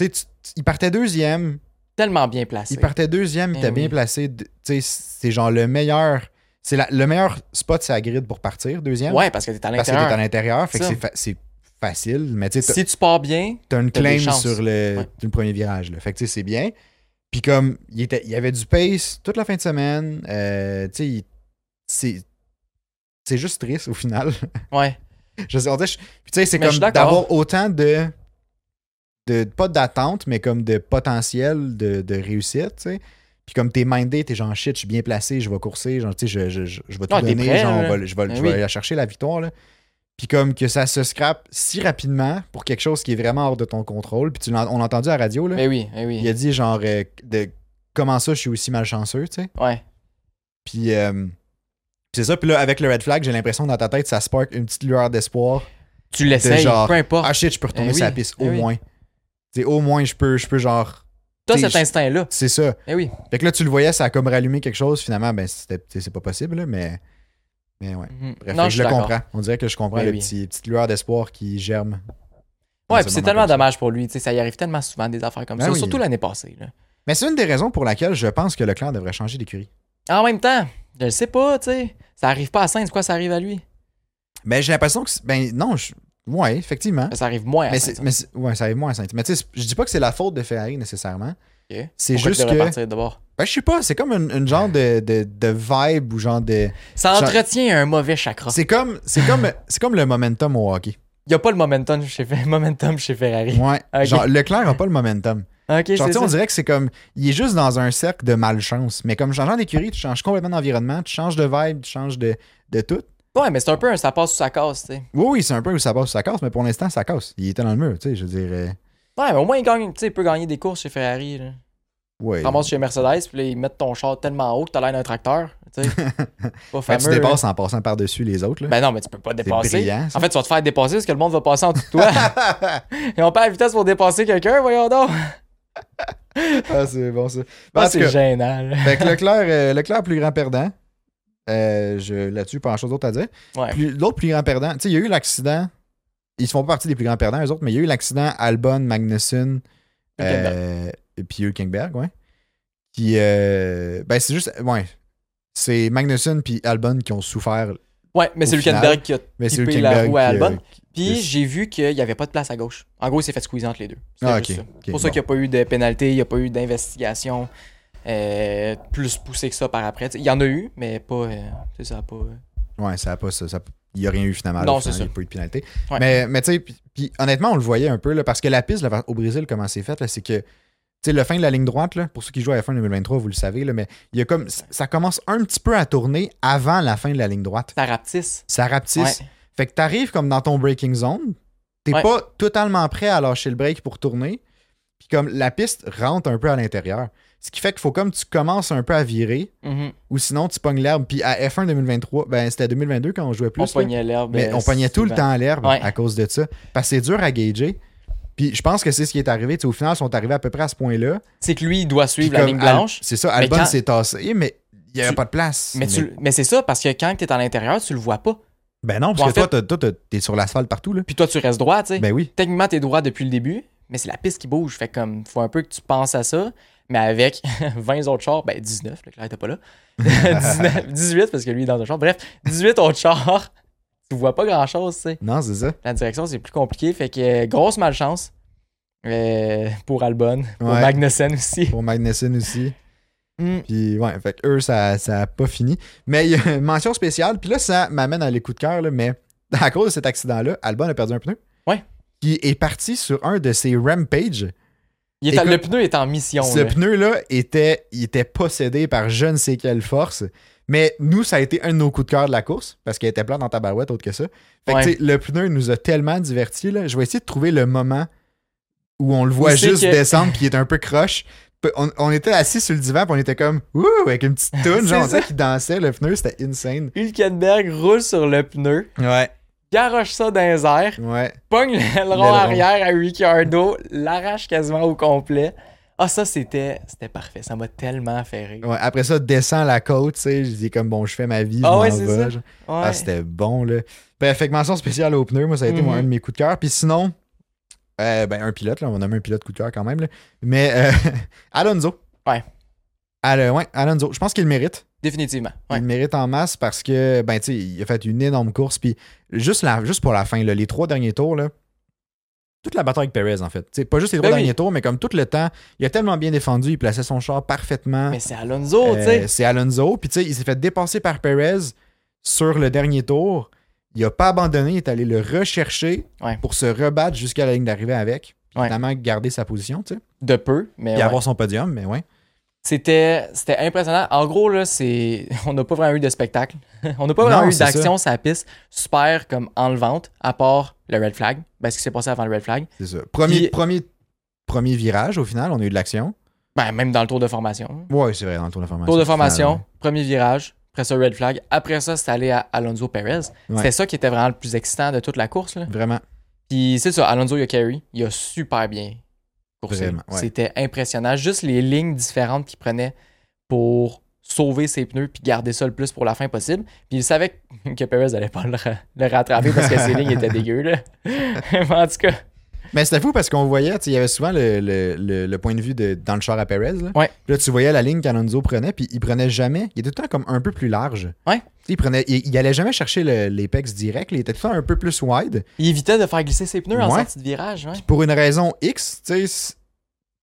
sais, tu- tu- il partait deuxième,
Tellement bien placé.
il partait deuxième, il
Mais
était bien
ben oui.
placé, de- tu sais, c'est genre le meilleur, c'est la- le meilleur spot c'est la grid pour partir deuxième
Ouais, parce que t'es à
parce que t'es à
l'intérieur.
l'intérieur, fait que
Ça.
c'est fa- c'est facile, mais tu sais, t'as-
Si tu pars bien,
t'as une
t'as des
claim
chances.
sur le,
Ouais.
le premier virage, là. fait que tu sais, c'est bien. Puis comme, il, était, il y avait du pace toute la fin de semaine, euh, tu sais, il- c'est c'est juste triste au final.
ouais.
Je sais, on dirait, je- puis tu sais, c'est
Mais je
comme
suis d'accord.
d'avoir autant de, de. Pas d'attente, mais comme de potentiel de, de réussite, tu sais. Puis comme t'es mindé, t'es genre shit, je suis bien placé, je vais courser, genre, tu sais, je, je, je, je vais tout
Ouais, Ah, t'es
donner,
prêt,
genre, on
là.
va le- je vais, le-
Ben
je vais
oui.
aller chercher la victoire, là. Puis comme que ça se scrape si rapidement pour quelque chose qui est vraiment hors de ton contrôle. Puis tu l'en- on l'a entendu à la radio, là.
Mais eh oui, mais Ben oui.
Il a dit genre, euh, de comment ça, je suis aussi malchanceux, tu sais.
Ouais.
Puis euh, c'est ça. Puis là, avec le red flag, j'ai l'impression que dans ta tête, ça spark une petite lueur d'espoir.
Tu l'essayes,
genre,
peu importe.
Ah shit, je peux retourner
Eh oui,
sur la piste,
eh
au
oui.
moins. T'sais, au moins, je peux, je peux genre.
T'as
t'sais,
cet
je-
instinct-là.
C'est ça.
Eh oui.
Fait que là, tu le voyais, ça a comme rallumé quelque chose. Finalement, ben, c'était- t'sais, c'est pas possible, là, mais. Mais ouais.
Mhm.
Bref, fait
non,
que
je
je,
suis
le
d'accord.
comprends. On dirait que je comprends
Ben
la
oui.
petite lueur d'espoir qui germe. dans
Ouais,
ce
puis c'est
moment
tellement
comme ça.
dommage pour lui. tu sais, ça y arrive tellement souvent des affaires comme
Ben
ça.
oui.
Surtout l'année passée. Là.
Mais c'est une des raisons pour laquelle je pense que le clan devrait changer d'écurie.
En même temps, je le sais pas, tu sais. Ça arrive pas à Sainz, quoi, ça arrive à lui.
Ben, j'ai l'impression que. c'est- Ben, non, je- ouais, effectivement.
Ça arrive moins à
Mais,
Sainz.
c'est, mais c'est- ouais, ça arrive moins à Saint. Mais tu sais, je dis pas que c'est la faute de Ferrari nécessairement.
Ok.
C'est
Pourquoi
juste
tu devrais
que.
partir de bord?
Ben, je sais pas, c'est comme une, une genre de, de, de vibe ou genre de.
Ça
Genre-
entretient un mauvais chakra.
C'est comme, c'est comme, c'est comme le momentum au hockey.
Il y a pas le momentum chez, momentum chez Ferrari.
Ouais.
Ok.
Genre, Leclerc a pas le momentum.
Ok,
Genre,
c'est
tu sais,
ça.
on dirait que c'est comme, il est juste dans un cercle de malchance. Mais comme changeant d'écurie, tu changes complètement d'environnement, tu changes de vibe, tu changes de, de tout.
Ouais, mais c'est un peu un ça passe sous sa casse, tu sais.
Oui, oui, c'est un peu où ça passe, ça casse, mais pour l'instant, ça casse. Il était dans le mur, tu sais, je euh, dirais.
Ouais, mais au moins, il, gagne, tu sais, il peut gagner des courses chez Ferrari. Là.
Ouais.
Tu ramasses chez Mercedes, puis là, ils mettent ton char tellement haut que t'as l'air d'un tracteur. Tu sais. pas
Fait que
fameux.
tu
là.
dépasses en passant par-dessus les autres, là.
Ben non, mais tu peux pas dépasser.
brillant, ça.
en fait, tu vas te faire dépasser parce que le monde va passer en dessous de toi. Et on perd la vitesse pour dépasser quelqu'un, voyons donc.
Ah, c'est bon, ça. Ben, en
Ah,
tout
c'est
cas,
gênant. là.
fait que Leclerc, euh, Leclerc, plus grand perdant. Euh, je, là-dessus, pas grand-chose d'autre à dire.
Ouais.
Plus- L'autre plus grand perdant, tu sais, il y a eu l'accident. Ils font pas partie des plus grands perdants, eux autres, mais il y a eu l'accident Albon, Magnussen,
Hülkenberg.
euh, et puis Hülkenberg, ouais. Puis, euh, ben, c'est juste. Ouais. C'est Magnussen puis Albon qui ont souffert.
Ouais, mais
Au
c'est
final,
Hülkenberg qui a
Mais c'est eux
Pippé
qui
la roue à
qui, euh,
Albon. Puis
Yes.
j'ai vu qu'il n'y avait pas de place à gauche. En gros, il s'est fait squeezer entre les deux. C'était
Ah, ok.
juste ça.
ok,
C'est pour ça
bon.
qu'il n'y a pas eu de pénalité, il n'y a pas eu d'investigation euh, plus poussée que ça par après. T'sais, Il y en a eu, mais pas. euh, tu sais, ça a pas. euh,
Ouais, ça a pas ça. ça- il n'y a rien eu finalement.
Non,
Au final,
c'est ça.
Il n'y a pas eu de pénalité.
Ouais.
Mais, mais tu sais, puis- puis honnêtement, on le voyait un peu, là, parce que la piste là, au Brésil, comment c'est fait, là, c'est que. Tu sais, le fin de la ligne droite, là, pour ceux qui jouent à la fin 2023, vous le savez, là, mais il y a comme, ça commence un petit peu à tourner avant la fin de la ligne droite.
Ça rapetisse.
Ça
Ouais.
rapetisse. Fait que t'arrives comme dans ton breaking zone, t'es
Ouais.
pas totalement prêt à lâcher le break pour tourner, puis comme la piste rentre un peu à l'intérieur. Ce qui fait qu'il faut comme tu commences un peu à virer,
Mhm.
ou sinon tu pognes l'herbe. Puis à F1 2023, ben c'était à 2022 quand on jouait plus.
On
là,
pognait l'herbe.
mais
euh,
on pognait tout le
souvent.
temps à l'herbe
Ouais.
à cause de ça. Parce que c'est dur à gager. Puis je pense que c'est ce qui est arrivé. Tu sais, au final, ils sont arrivés à peu près à ce point-là.
C'est que lui, il doit
Puis
suivre la
comme
ligne
Al-
blanche.
C'est ça, Albon
quand-
s'est tassé, mais il n'y avait
Tu-
pas de place.
Mais, tu l- mais c'est ça, parce que quand tu es à l'intérieur, tu le vois pas.
Ben non, parce
Bon, en
que toi, t'as- toi, t'as- t'es sur l'asphalte partout. Là.
Puis toi, tu restes droit, tu sais.
Ben oui.
techniquement t'es droit depuis le début, mais c'est la piste qui bouge. Fait que comme faut un peu que tu penses à ça, mais avec 20 autres chars, ben 19, le Claire était pas là. 19, 18 parce que lui il est dans un char. Bref, 18 autres chars, tu vois pas grand chose, tu sais.
Non, c'est ça.
La direction c'est plus compliqué. Fait que euh, grosse malchance. euh, pour Albon, pour
Ouais.
Magnussen aussi.
Pour Magnussen aussi.
Mm.
Puis ouais, fait que eux, ça ça a pas fini. Mais il y a une mention spéciale. Puis là, ça m'amène à les coups de cœur, là, mais à cause de cet accident-là, Albon a perdu un pneu.
Ouais.
Qui est parti sur un de ses rampages.
Il est en-
Écoute,
le pneu est en mission.
Ce
là.
pneu-là était, il était possédé par je ne sais quelle force. Mais nous, ça a été un de nos coups de cœur de la course parce qu'il était plat dans ta barouette, autre que ça. Fait que
Ouais.
tu sais, le pneu nous a tellement divertis. Là. Je vais essayer de trouver le moment où on le voit
Où c'est
juste
que-
descendre puis il est un peu croche. Puis On, on était assis sur le divan puis on était comme Ouh! avec une petite toune,
C'est
genre on
ça.
dirait qu'il dansait le pneu, c'était insane.
Hülkenberg roule sur le pneu,
Ouais.
garoche ça dans les airs,
Ouais.
pogne l'aileron
L'aileron.
arrière à Ricciardo, l'arrache quasiment au complet. Ah, ça, c'était c'était parfait. Ça m'a tellement fait rire.
Ouais. Après ça, descend la côte, tu sais, je dis comme bon, je fais ma vie, je
Ah
m'en
ouais, c'est
vais,
ça.
genre.
Ouais.
Ah, c'était bon, là. Bref, fait que mention spéciale au pneu, moi, ça a été
Mhm.
moi, un de mes coups de cœur. Puis sinon, euh, ben, un pilote, là, on a mis un pilote coup de cœur quand même, là. Mais euh, Alonso.
Ouais.
Al- ouais, Alonso. Je pense qu'il le mérite.
Définitivement. Ouais.
Il le mérite en masse parce que, ben, tu sais, il a fait une énorme course. Puis juste, la, juste pour la fin, là, les trois derniers tours, là, toute la bataille avec Perez, en fait. Tu sais, pas juste les trois
Ben oui.
derniers tours, mais comme tout le temps, il a tellement bien défendu, il plaçait son char parfaitement.
Mais c'est Alonso,
Euh,
tu sais.
c'est Alonso. Puis tu sais, il s'est fait dépasser par Perez sur le dernier tour. Il a pas abandonné, il est allé le rechercher
Ouais.
pour se rebattre jusqu'à la ligne d'arrivée avec. Puis
Ouais.
Finalement, garder sa position, tu sais.
De peu, mais
Et
ouais.
avoir son podium, mais ouais.
c'était c'était impressionnant. En gros, là, c'est on n'a pas vraiment eu de spectacle. on n'a pas vraiment
Non,
eu
c'est
d'action sur la piste super comme enlevante, à part le red flag. Ben, ce qui s'est passé avant le red flag.
C'est ça. Premier,
Puis-
premier, premier virage, au final, on a eu de l'action.
Ben, même dans le tour de formation.
Ouais, c'est vrai, dans le tour de formation.
Tour de
au final,
formation, premier virage, après ça, red flag. Après ça, c'est allé à Alonso Perez.
Ouais.
C'était ça qui était vraiment le plus excitant de toute la course. Là.
ouais. Vraiment.
Puis c'est ça, Alonso Yokari, il a super bien coursé.
Vraiment, ouais.
C'était impressionnant. Juste les lignes différentes qu'il prenait pour sauver ses pneus puis garder ça le plus pour la fin possible. Puis il savait que Perez n'allait pas le, ra- le rattraper parce que ses lignes étaient dégueu. Là. Mais en tout cas,
Mais c'était fou parce qu'on voyait, tu sais, il y avait souvent le, le- le- le point de vue de, dans le char à Perez. Là.
Ouais.
Puis là, tu voyais la ligne qu'Alonso prenait, puis il prenait jamais. Il était tout le temps comme un peu plus large.
Ouais.
Tu sais, Il, prenait, il, il allait jamais chercher le- l'apex direct, là. il était tout le temps un peu plus wide.
il évitait de faire glisser ses pneus en
Ouais.
sortie de virage. ouais.
Pour une raison X, tu sais, c-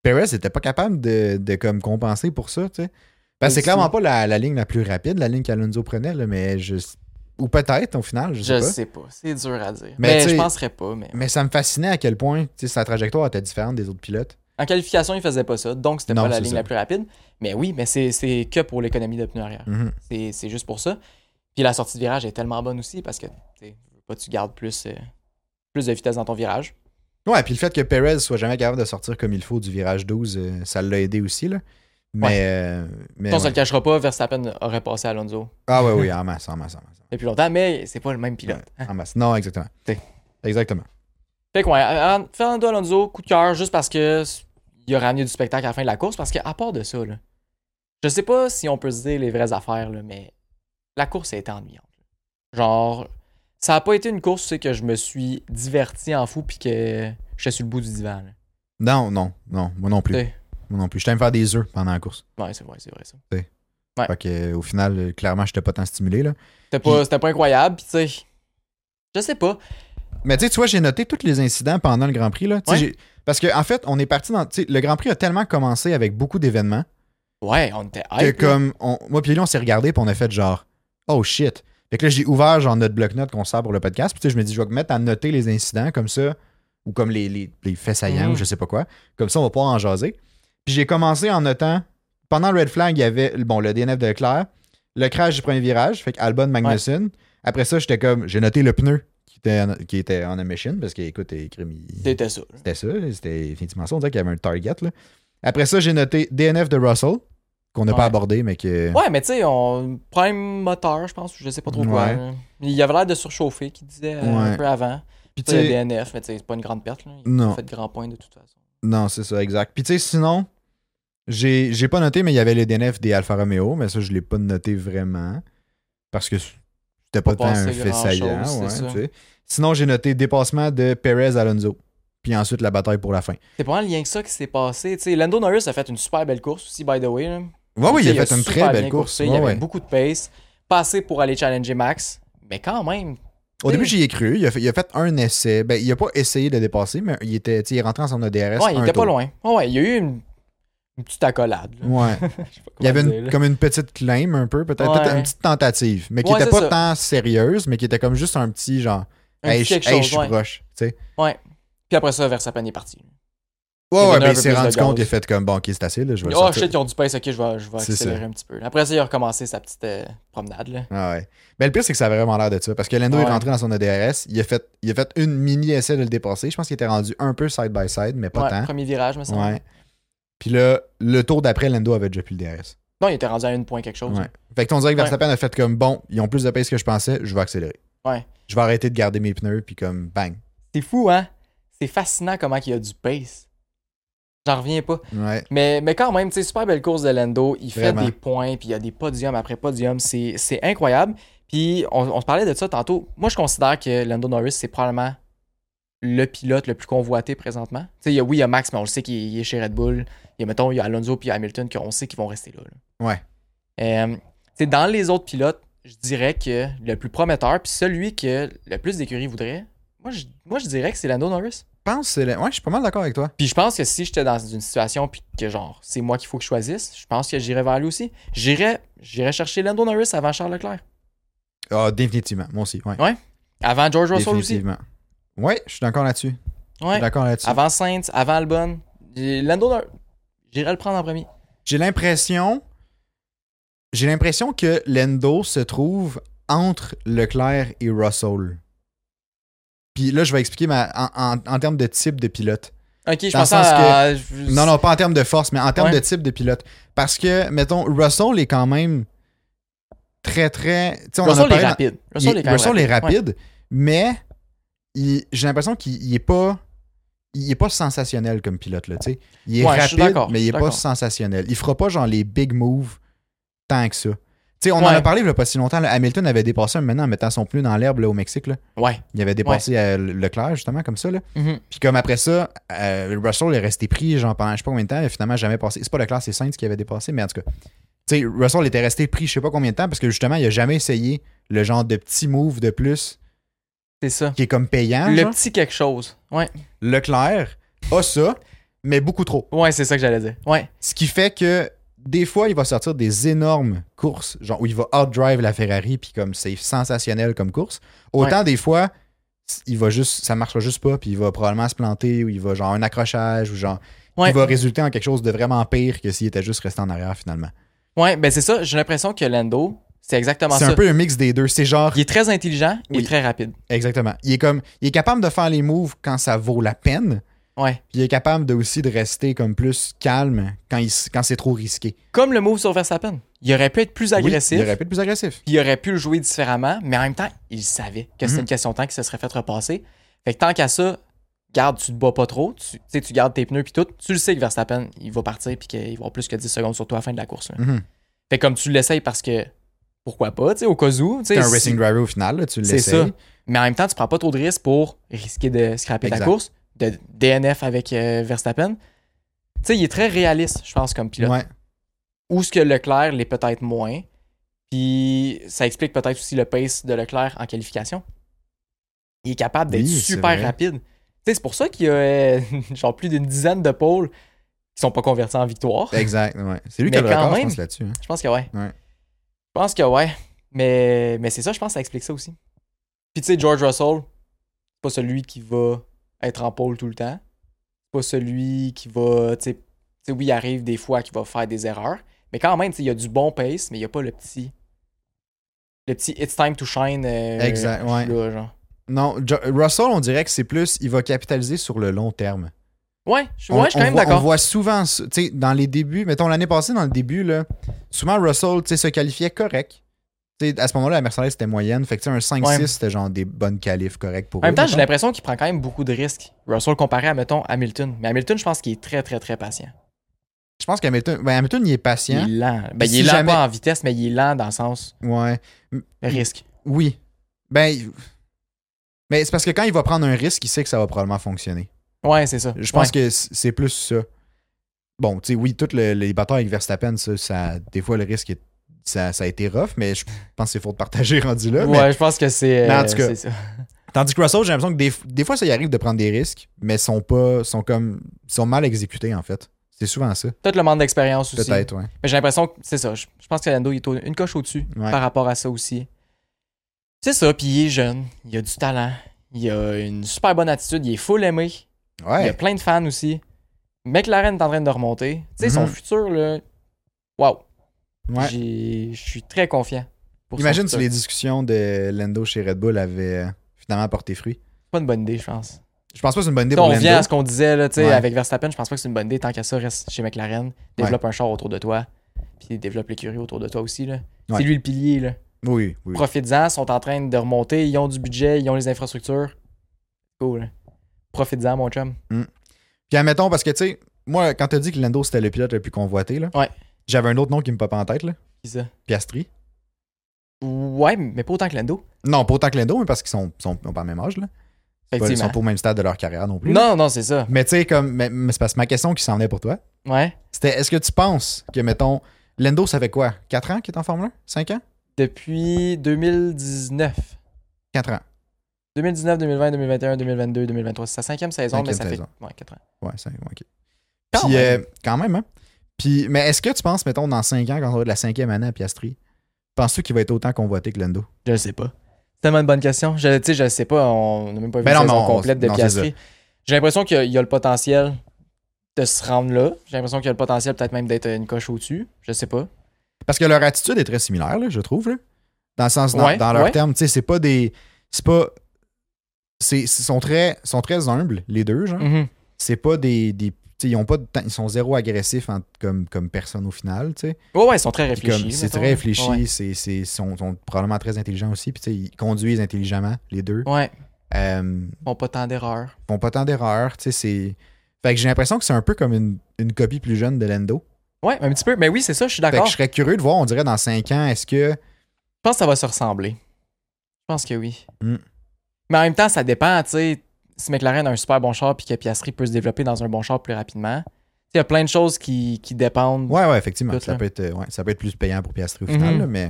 Perez n'était pas capable de, de comme compenser pour ça. tu sais. Parce que c'est
Aussi.
clairement pas la, la ligne la plus rapide, la ligne qu'Alonso prenait, là, mais je. Ou peut-être au final, je sais
Je
pas.
sais pas, c'est dur à dire.
Mais
Mais,
tu
je
sais-
penserais pas. Mais...
Mais ça me fascinait à quel point tu sais, sa trajectoire était différente des autres pilotes.
En qualification, il faisait pas ça, donc c'était
Non,
pas la
c'est
ligne
ça.
la plus rapide. Mais oui, mais c'est c'est que pour l'économie de pneus arrière.
Mhm.
C'est c'est juste pour ça. Puis la sortie de virage est tellement bonne aussi parce que tu sais, pas tu gardes plus, euh, plus de vitesse dans ton virage.
Ouais, puis le fait que Perez soit jamais capable de sortir comme il faut du virage 12, euh, ça l'a aidé aussi, là. Mais.
Ouais.
euh, mais
Si on se
ouais.
le cachera pas, Verstappen aurait passé Alonso
Ah, ouais, oui, en masse, en masse, en masse.
depuis longtemps, mais c'est pas le même pilote.
En masse. Non, exactement.
T'sais.
Exactement.
Fait que ouais, Al- Fernando Alonso, coup de cœur, juste parce que s- il a ramené du spectacle à la fin de la course, parce que à part de ça, là, je sais pas si on peut se dire les vraies affaires, là, mais la course a été ennuyante. Genre, ça a pas été une course, tu sais, que je me suis diverti en fou puis que j'étais sur le bout du divan. là.
Non, non, non, moi non plus.
T'sais.
Moi non plus. J'étais à me faire des œufs pendant la course.
Ouais, c'est vrai, c'est vrai ça. Ouais.
Fait que, euh, au final, euh, clairement, j'étais pas tant stimulé. Là.
C'était pas, c'était pas incroyable, pis tu sais. Je sais pas.
Mais tu sais, tu vois, j'ai noté tous les incidents pendant le Grand Prix. Là. Tu sais,
Ouais.
j'ai- Parce que en fait, on est parti dans. tu sais, Le Grand Prix a tellement commencé avec beaucoup d'événements
Ouais, on était
que
hype. là.
comme on- moi puis lui, on s'est regardé puis on a fait genre Oh shit. Fait que là, j'ai ouvert genre notre bloc-notes qu'on sort pour le podcast. Puis tu sais, je me dis, je vais me mettre à noter les incidents comme ça, ou comme les, les- les faits saillants,
Mhm.
ou je sais pas quoi. Comme ça, on va pouvoir en jaser. Puis j'ai commencé en notant. Pendant Red Flag, il y avait bon, le DNF de Leclerc, le crash du premier virage, fait que Albon Magnussen. Après ça, j'étais comme, j'ai noté le pneu qui était en, qui était en emission, parce que écoute, il- il-
C'était ça. là.
c'était ça, c'était effectivement ça. On dirait qu'il y avait un target. Là. Après ça, j'ai noté DNF de Russell, qu'on n'a
Ouais.
pas abordé, mais que.
Ouais, mais tu sais, on. Problème moteur, je pense, ou je sais pas trop quoi.
Ouais.
là. Il avait l'air de surchauffer, qu'il disait euh,
Ouais.
un peu avant.
Puis tu
Tu sais, le
sais,
DNF, mais tu sais, c'est pas une grande perte. Là. Il
Non.
a fait de grands points de toute façon.
non, c'est ça, exact. Puis tu sais, sinon, j'ai j'ai pas noté, mais il y avait le DNF des Alfa Romeo, mais ça, je l'ai pas noté vraiment. Parce que c'était pas,
Pas
tant un
passé
fait
grand-chose,
saillant.
c'est
ouais,
ça.
tu sais. Sinon, j'ai noté dépassement de Perez Alonso. Puis ensuite, la bataille pour la fin.
C'est pas le lien que ça qui s'est passé. tu sais Lando Norris a fait une super belle course aussi, by the way. là.
Ouais, oui,
Tu
il
sais,
a fait une
super
très belle
bien
course.
coursé,
ouais,
il avait
ouais.
beaucoup de pace. Passé pour aller challenger Max. Mais quand même,
Au début, j'y ai cru. Il a, fait, il a fait un essai. Ben, il a pas essayé de dépasser, mais il était, tu sais, il est rentré en son ADRS.
ouais, il
un
était pas
tour.
loin. Ouais, ouais, il y a eu une, une petite accolade. là.
Ouais.
Je sais pas
Il y avait
comment
une-
dire, là.
comme une petite claim, un peu, peut-être.
Ouais.
Peut-être une petite tentative, mais qui
Ouais,
n'était pas
c'est ça.
tant sérieuse, mais qui était comme juste un petit genre,
Un
hey,
petit
je
quelque
hey,
chose,
je suis
ouais.
proche. tu sais.
Puis après ça, Verstappen est parti.
Ouais,
Il
ouais,
donnait un
ben, il
peu
s'est
plus de
rendu compte,
gaz.
il a fait comme, bon, ok, c'est assez, là, je vais le
oh
sortir.
shit, ils ont du pace, ok, je vais, je vais
C'est
accélérer
ça.
un petit peu. Après ça, il a recommencé sa petite euh, promenade. Là.
Ah ouais. Mais le pire, c'est que ça a vraiment l'air de ça. Parce que Lando est
Ouais.
rentré dans son ADRS. Il a fait, il a fait une mini essai de le dépasser. Je pense qu'il était rendu un peu side by side, mais pas
Ouais,
tant.
premier virage, me semble.
Ouais. Puis là, le tour d'après, Lando avait déjà plus le DRS.
Non, il était rendu à une point quelque chose.
Ouais. Fait que ton direct
Ouais.
Verstappen a fait comme bon, ils ont plus de pace que je pensais, je vais accélérer.
Ouais.
Je vais arrêter de garder mes pneus, puis comme bang.
C'est fou, hein? C'est fascinant comment il y a du pace. J'en reviens pas.
Ouais.
Mais, mais quand même, tu sais, super belle course de Lando. Il fait
Vraiment.
des points, puis il y a des podiums après podium. C'est c'est incroyable. Puis on, on se parlait de ça tantôt. Moi, je considère que Lando Norris, c'est probablement le pilote le plus convoité présentement. Tu sais, il y a- oui, il y a Max, mais on le sait qu'il il est chez Red Bull. Il y a, mettons, il y a Alonso puis Hamilton qu'on sait qu'ils vont rester là. là.
Ouais.
Euh, tu sais, dans les autres pilotes, je dirais que le plus prometteur, puis celui que le plus d'écuries voudrait, moi je, moi, je dirais que c'est Lando Norris.
pense que c'est la- Ouais, je suis pas mal d'accord avec toi.
Puis je pense que si j'étais dans une situation puis que genre c'est moi qu'il faut que je choisisse, je pense que j'irais vers lui aussi. J'irais j'irais chercher Lando Norris avant Charles Leclerc,
Ah, définitivement. Moi aussi, ouais.
Ouais, avant George Russell aussi,
définitivement. Ouais, je suis d'accord là-dessus. Je
ouais. Ah.
suis d'accord là-dessus.
avant Saints, avant Albon. Et Lando Norris, j'irais le prendre en premier.
J'ai l'impression. J'ai l'impression que Lando se trouve entre Leclerc et Russell. Puis là, je vais expliquer ma... en, en- en termes de type de pilote.
Ok, je
Dans le
pense
sens
à. je-
Non, non, pas en termes de force, mais en termes
Ouais.
de type de pilote. Parce que, mettons, Russell est quand même très, très. tu sais, on en a
Russell est
parlé dans-
rapide.
il-
Russell est quand même
Russell est
Ouais.
rapide, mais il- j'ai l'impression qu'il il est pas. Il est pas sensationnel comme pilote, là, tu sais. Il est
Ouais, je suis
rapide,
d'accord,
mais
je
il est
suis
pas
d'accord.
sensationnel. Il fera pas genre les big moves tant que ça. Tu sais, on en
Ouais.
a parlé il y a pas si longtemps. là, Hamilton avait dépassé un maintenant en mettant son pneu dans l'herbe là, au Mexique. là.
Ouais.
Il avait dépassé euh, Leclerc, justement, comme ça. Là.
Mhm.
Puis comme après ça, euh, Russell est resté pris, genre pendant je sais pas combien de temps, il a finalement jamais passé. C'est pas le classe, c'est Sainz qui avait dépassé, mais en tout cas. Tu sais, Russell était resté pris je sais pas combien de temps parce que justement, il a jamais essayé le genre de petit move de plus
C'est ça.
qui est comme payant.
Le
Hein, genre.
petit quelque chose. Ouais.
Leclerc a ça, mais beaucoup trop.
Ouais, c'est ça que j'allais dire. Ouais.
Ce qui fait que des fois, il va sortir des énormes courses, genre où il va outdrive la Ferrari, puis comme c'est sensationnel comme course. Autant des fois, il va juste, ça marchera juste pas, puis il va probablement se planter, ou il va genre un accrochage, ou genre.
Ouais.
Il va résulter en quelque chose de vraiment pire que s'il était juste resté en arrière finalement.
Ouais, ben c'est ça. J'ai l'impression que Lando, c'est exactement
C'est
ça.
un peu un mix des deux. C'est genre.
Il est très intelligent et
Oui.
très rapide.
Exactement. Il est comme. Il est capable de faire les moves quand ça vaut la peine,
Ouais.
puis il est capable de aussi de rester comme plus calme quand, il s- quand c'est trop risqué.
Comme le move sur Verstappen. Il aurait pu être plus
Oui,
agressif.
il aurait pu être plus agressif.
puis il aurait pu le jouer différemment, mais en même temps, il savait que c'était
Mhm.
une question de temps qu'il se serait fait repasser. Fait que tant qu'à ça, garde, tu te bats pas trop, tu tu sais, tu gardes tes pneus puis tout, tu le sais que Verstappen, il va partir puis qu'il va avoir plus que 10 secondes sur toi à la fin de la course. là.
Mhm.
Fait que comme tu l'essayes parce que pourquoi pas, tu sais, au cas où, tu sais,
T'es un
si-
racing driver au final, là, tu
c'est
l'essayes.
ça. Mais en même temps, tu prends pas trop de risques pour risquer de scraper ta
Exact.
course, de DNF avec euh, Verstappen. sais, il est très réaliste, je pense, comme pilote.
Ouais.
Ou ce que Leclerc l'est peut-être moins. Puis ça explique peut-être aussi le pace de Leclerc en qualification. Il est capable d'être
Oui, c'est
super
vrai.
rapide. Tu sais, c'est pour ça qu'il y a euh, genre plus d'une dizaine de pôles qui sont pas convertis en victoire.
Exact, ouais. C'est lui qui
Mais
a le
quand
record, je
même-
pense, là-dessus. hein.
Je pense que ouais.
Ouais.
Je pense que ouais. Mais, mais c'est ça, je pense que ça explique ça aussi. Puis tu sais, George Russell, c'est pas celui qui va être en pôle tout le temps. C'est pas celui qui va. Tu sais- tu sais, oui, il arrive des fois qu'il va faire des erreurs. Mais quand même, tu sais, il y a du bon pace, mais il y a pas le petit. Le petit It's time to shine. euh,
Exact, ouais.
là, genre.
Non, Jo- Russell, on dirait que c'est plus, il va capitaliser sur le long terme.
Ouais, je,
On-
ouais, je suis
on
quand même
voit- On
d'accord.
voit souvent, ça. tu sais, dans les débuts, mettons l'année passée, dans le début, là, souvent Russell tu sais, se qualifiait correct. Tu sais, à ce moment-là, la Mercedes était moyenne. Fait que tu sais, un 5-6,
Ouais.
c'était genre des bonnes qualifs corrects pour
En même
eux,
temps, j'ai
mettons.
l'impression qu'il prend quand même beaucoup de risques. Russell comparé à, mettons, Hamilton. Mais Hamilton, je pense qu'il est très, très, très patient.
Je pense qu'Hamilton, ben, Hamilton, il est patient.
Il est lent. Ben,
Si
il est lent
jamais- Hmm.
pas en vitesse, mais il est lent dans le sens
Ouais.
risque.
Oui. Ben. il- Mais c'est parce que quand il va prendre un risque, il sait que ça va probablement fonctionner.
Ouais, c'est ça.
Je pense que c- c'est plus ça. Bon, tu sais, oui, tous le- les batailles avec Verstappen, ça, ça- des fois, le risque, est- ça, ça a été rough, mais je pense que c'est faut de partager rendu là.
Ouais,
mais-
je pense que c'est.
Mais en
euh,
tout cas,
c'est ça.
Tandis que Russell, j'ai l'impression que des, des fois, ça y arrive de prendre des risques, mais sont pas, sont comme, sont mal exécutés, en fait. C'est souvent ça,
Peut-être le manque d'expérience aussi.
peut-être, ouais.
Mais j'ai l'impression que c'est ça. Je, je pense que Lando il est au- une coche au-dessus
Ouais.
par rapport à ça aussi. C'est ça, puis il est jeune, il a du talent, il a une super bonne attitude, il est full aimé, il a
Ouais,
plein de fans aussi. McLaren est en train de remonter. Tu sais, son
Mhm.
futur, là. Waouh!
ouais.
J'ai- Je suis très confiant. Pour son
Imagine si
futur.
les discussions de Lando chez Red Bull avaient euh, finalement porté fruit.
C'est pas une bonne idée, je pense.
Je pense pas que c'est une bonne idée
Tu sais,
pour
on vient à
Lando.
ce qu'on disait là, tu sais,
Ouais.
avec Verstappen, je pense pas que c'est une bonne idée. Tant qu'à ça, reste chez McLaren, développe un char autour de toi, puis développe l'écurie autour de toi aussi. là.
Ouais.
C'est lui le pilier. Là.
Oui, oui. oui.
Profites-en, sont en train de remonter, ils ont du budget, ils ont les infrastructures. Cool. Profites-en, mon chum.
Puis admettons, parce que, tu sais, moi, quand t'as dit que Lando, c'était le pilote le plus convoité, là,
Ouais.
j'avais un autre nom qui me popait en tête, là.
Qui ça?
Piastri.
Ouais, mais pas autant que Lando.
Non, pas autant que Lando, mais parce qu'ils sont, sont, ont pas le même âge, là. Pas- Ils sont
Effectivement.
pas au même stade de leur carrière non plus.
Non, non, c'est ça.
Mais tu sais, comme, mais, mais c'est parce que ma question qui s'en venait pour toi,
Ouais.
C'était, est-ce que tu penses que, mettons, Lendo, ça fait quoi 4 ans qu'il est en Formule 1 5 ans
Depuis 2019.
4 ans.
2019, 2020, 2021, 2022, 2023. C'est sa cinquième saison, mais
Cinquième
ça
saison.
fait ouais, quatre ans.
Ouais, 5 ok.
Quand
Puis,
même.
euh, quand même, hein. Puis, mais est-ce que tu penses, mettons, dans 5 ans, quand on va de la cinquième année à Piastri, penses-tu qu'il va être autant convoité que Lendo
Je le sais pas. C'est tellement une bonne question. Je, tu sais, je le sais pas. On n'a même pas vu
Ben
la
non,
saison
mais on-
complète de
non, c'est
Piastri. J'ai l'impression qu'il y a- il y a le potentiel de se rendre là. J'ai l'impression qu'il y a le potentiel peut-être même d'être une coche au-dessus. Je sais pas.
Parce que leur attitude est très similaire, là, je trouve, là. Dans le sens, dans,
Ouais,
dans leur
ouais.
terme, tu sais, c'est pas des. C'est pas. C'est, c'est- sont, très, sont très humbles, les deux,
Mm.
genre.
Mhm.
C'est pas des. des tu sais, ils ont pas de temps- ils sont zéro agressifs en- comme, comme personne au final, tu sais.
Ouais, ouais, ils sont très
Puis comme,
réfléchis.
C'est
mettons.
très réfléchi,
Ouais.
c'est, c'est, ils sont, sont probablement très intelligents aussi. Puis tu sais, ils conduisent intelligemment, les deux.
Ouais,
Euh,
ils font pas tant d'erreurs.
ils font pas tant d'erreurs. tu sais, c'est- Fait que j'ai l'impression que c'est un peu comme une, une copie plus jeune de Lendo.
Ouais, un petit peu. Mais oui, c'est ça, je suis
Fait que
d'accord.
je serais curieux de voir, on dirait dans 5 ans, est-ce que.
Je pense que ça va se ressembler. Je pense que oui.
Mm.
Mais en même temps, ça dépend, tu sais. Si McLaren a un super bon char puis que Piastri peut se développer dans un bon char plus rapidement, tu sais, il y a plein de choses qui, qui dépendent.
Ouais, ouais, effectivement.
Mm. Tout,
Ça
là.
peut, être, euh, ouais, ça peut être plus payant pour Piastri au final,
Mhm.
là, mais.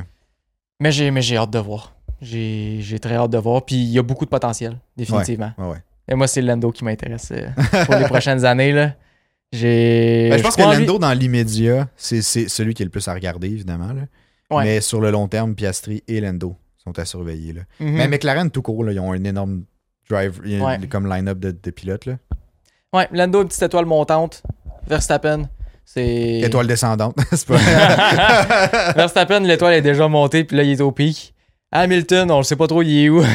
Mais j'ai, mais j'ai hâte de voir. J'ai, j'ai très hâte de voir. Puis il y a beaucoup de potentiel, définitivement.
Ouais, ouais.
Et moi, c'est Lando qui m'intéresse euh, pour les prochaines années. Là. J'ai,
Ben, je pense que
crois en lui.
Lendo, dans l'immédiat, c'est, c'est celui qui est le plus à regarder, évidemment. là.
Ouais.
Mais sur le long terme, Piastri et Lendo sont à surveiller. Là.
Mhm.
Mais McLaren, tout court, là, ils ont un énorme drive ils ont
Ouais.
comme line-up de, de pilotes. Là.
Ouais, Lando, une petite étoile montante. Verstappen, c'est.
Étoile descendante, c'est pas.
Verstappen, l'étoile est déjà montée, puis là, il est au pic. Hamilton, on ne sait pas trop, il est où.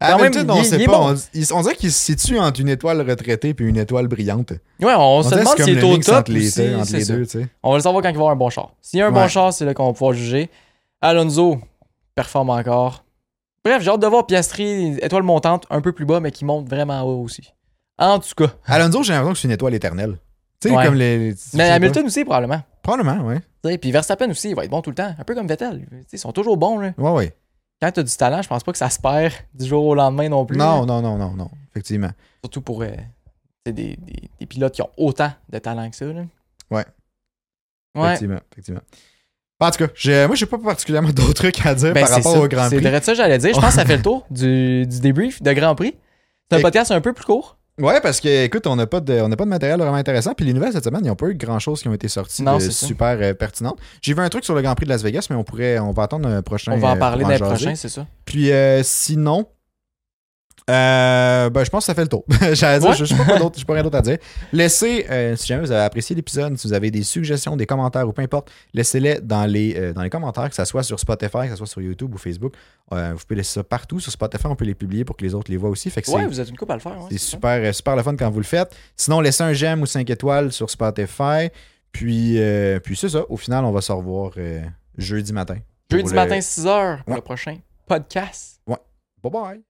Quand même,
Hamilton, on
il-
sait
il est
pas. On,
bon.
il- on dirait qu'il se situe entre une étoile retraitée puis une étoile brillante.
Ouais, on, se
dirait
demande
c'est comme
s'il est
le
au
mix
top.
entre les,
aussi,
deux- entre
c'est
les
ça.
deux, tu sais.
On va le savoir quand il va avoir un bon char. S'il y a un
Ouais.
bon char, c'est là qu'on va pouvoir juger. Alonso performe encore. Bref, j'ai hâte de voir Piastri, étoile montante, un peu plus bas, mais qui monte vraiment haut aussi. En tout cas.
Alonso, j'ai l'impression que c'est une étoile éternelle. Tu sais,
Ouais.
comme les. les- je
Mais
sais
Hamilton aussi, probablement.
pas. Probablement, ouais.
Tu sais, Puis Verstappen aussi, il va être bon tout le temps. Un peu comme Vettel. Tu sais, Ils sont toujours bons. Là.
Ouais, ouais.
Quand tu as du talent, je pense pas que ça se perd du jour au lendemain non plus.
Non, non, non, non, non. Effectivement.
Surtout pour euh, c'est des, des- des pilotes qui ont autant de talent que ça. Là.
Ouais.
Ouais.
Effectivement, effectivement. En tout cas, j'ai- moi, j'ai pas particulièrement d'autres trucs à dire
Ben,
par
c'est
rapport
ça.
au Grand
C'est
Prix.
vrai de ça que j'allais dire. Je pense que ça fait le tour du, du débrief de Grand Prix. C'est un
Et-
podcast un peu plus court.
Ouais, parce que, écoute, on n'a pas, de- on n'a pas de matériel vraiment intéressant. Puis les nouvelles cette semaine, ils n'ont pas eu grand-chose qui ont été sorties
Non,
de
c'est ça.
super euh, pertinentes. J'ai vu un truc sur le Grand Prix de Las Vegas, mais on pourrait, on va attendre un prochain.
On va en
euh,
parler
pour
dans les
jaser.
prochains, c'est ça.
Puis euh, sinon, euh, ben, je pense que ça fait le tour. J'allais dire,
Ouais.
je je sais pas quoi d'autre- j'ai pas rien d'autre à dire. Laissez, euh, si jamais vous avez apprécié l'épisode, si vous avez des suggestions, des commentaires ou peu importe, laissez-les dans les, euh, dans les commentaires, que ce soit sur Spotify, que ce soit sur YouTube ou Facebook. Euh, vous pouvez laisser ça partout. Sur Spotify, on peut les publier pour que les autres les voient aussi. Fait que c'est-
Ouais, vous êtes une coupe à le faire. ouais,
c'est
ça.
super, euh, super le fun quand vous le faites. Sinon, laissez un j'aime ou 5 étoiles sur Spotify. Puis, euh, puis c'est ça. Au final, on va se revoir euh, jeudi matin.
Jeudi
Pour le-
matin, 6h pour
Ouais.
le prochain podcast.
Bye bye.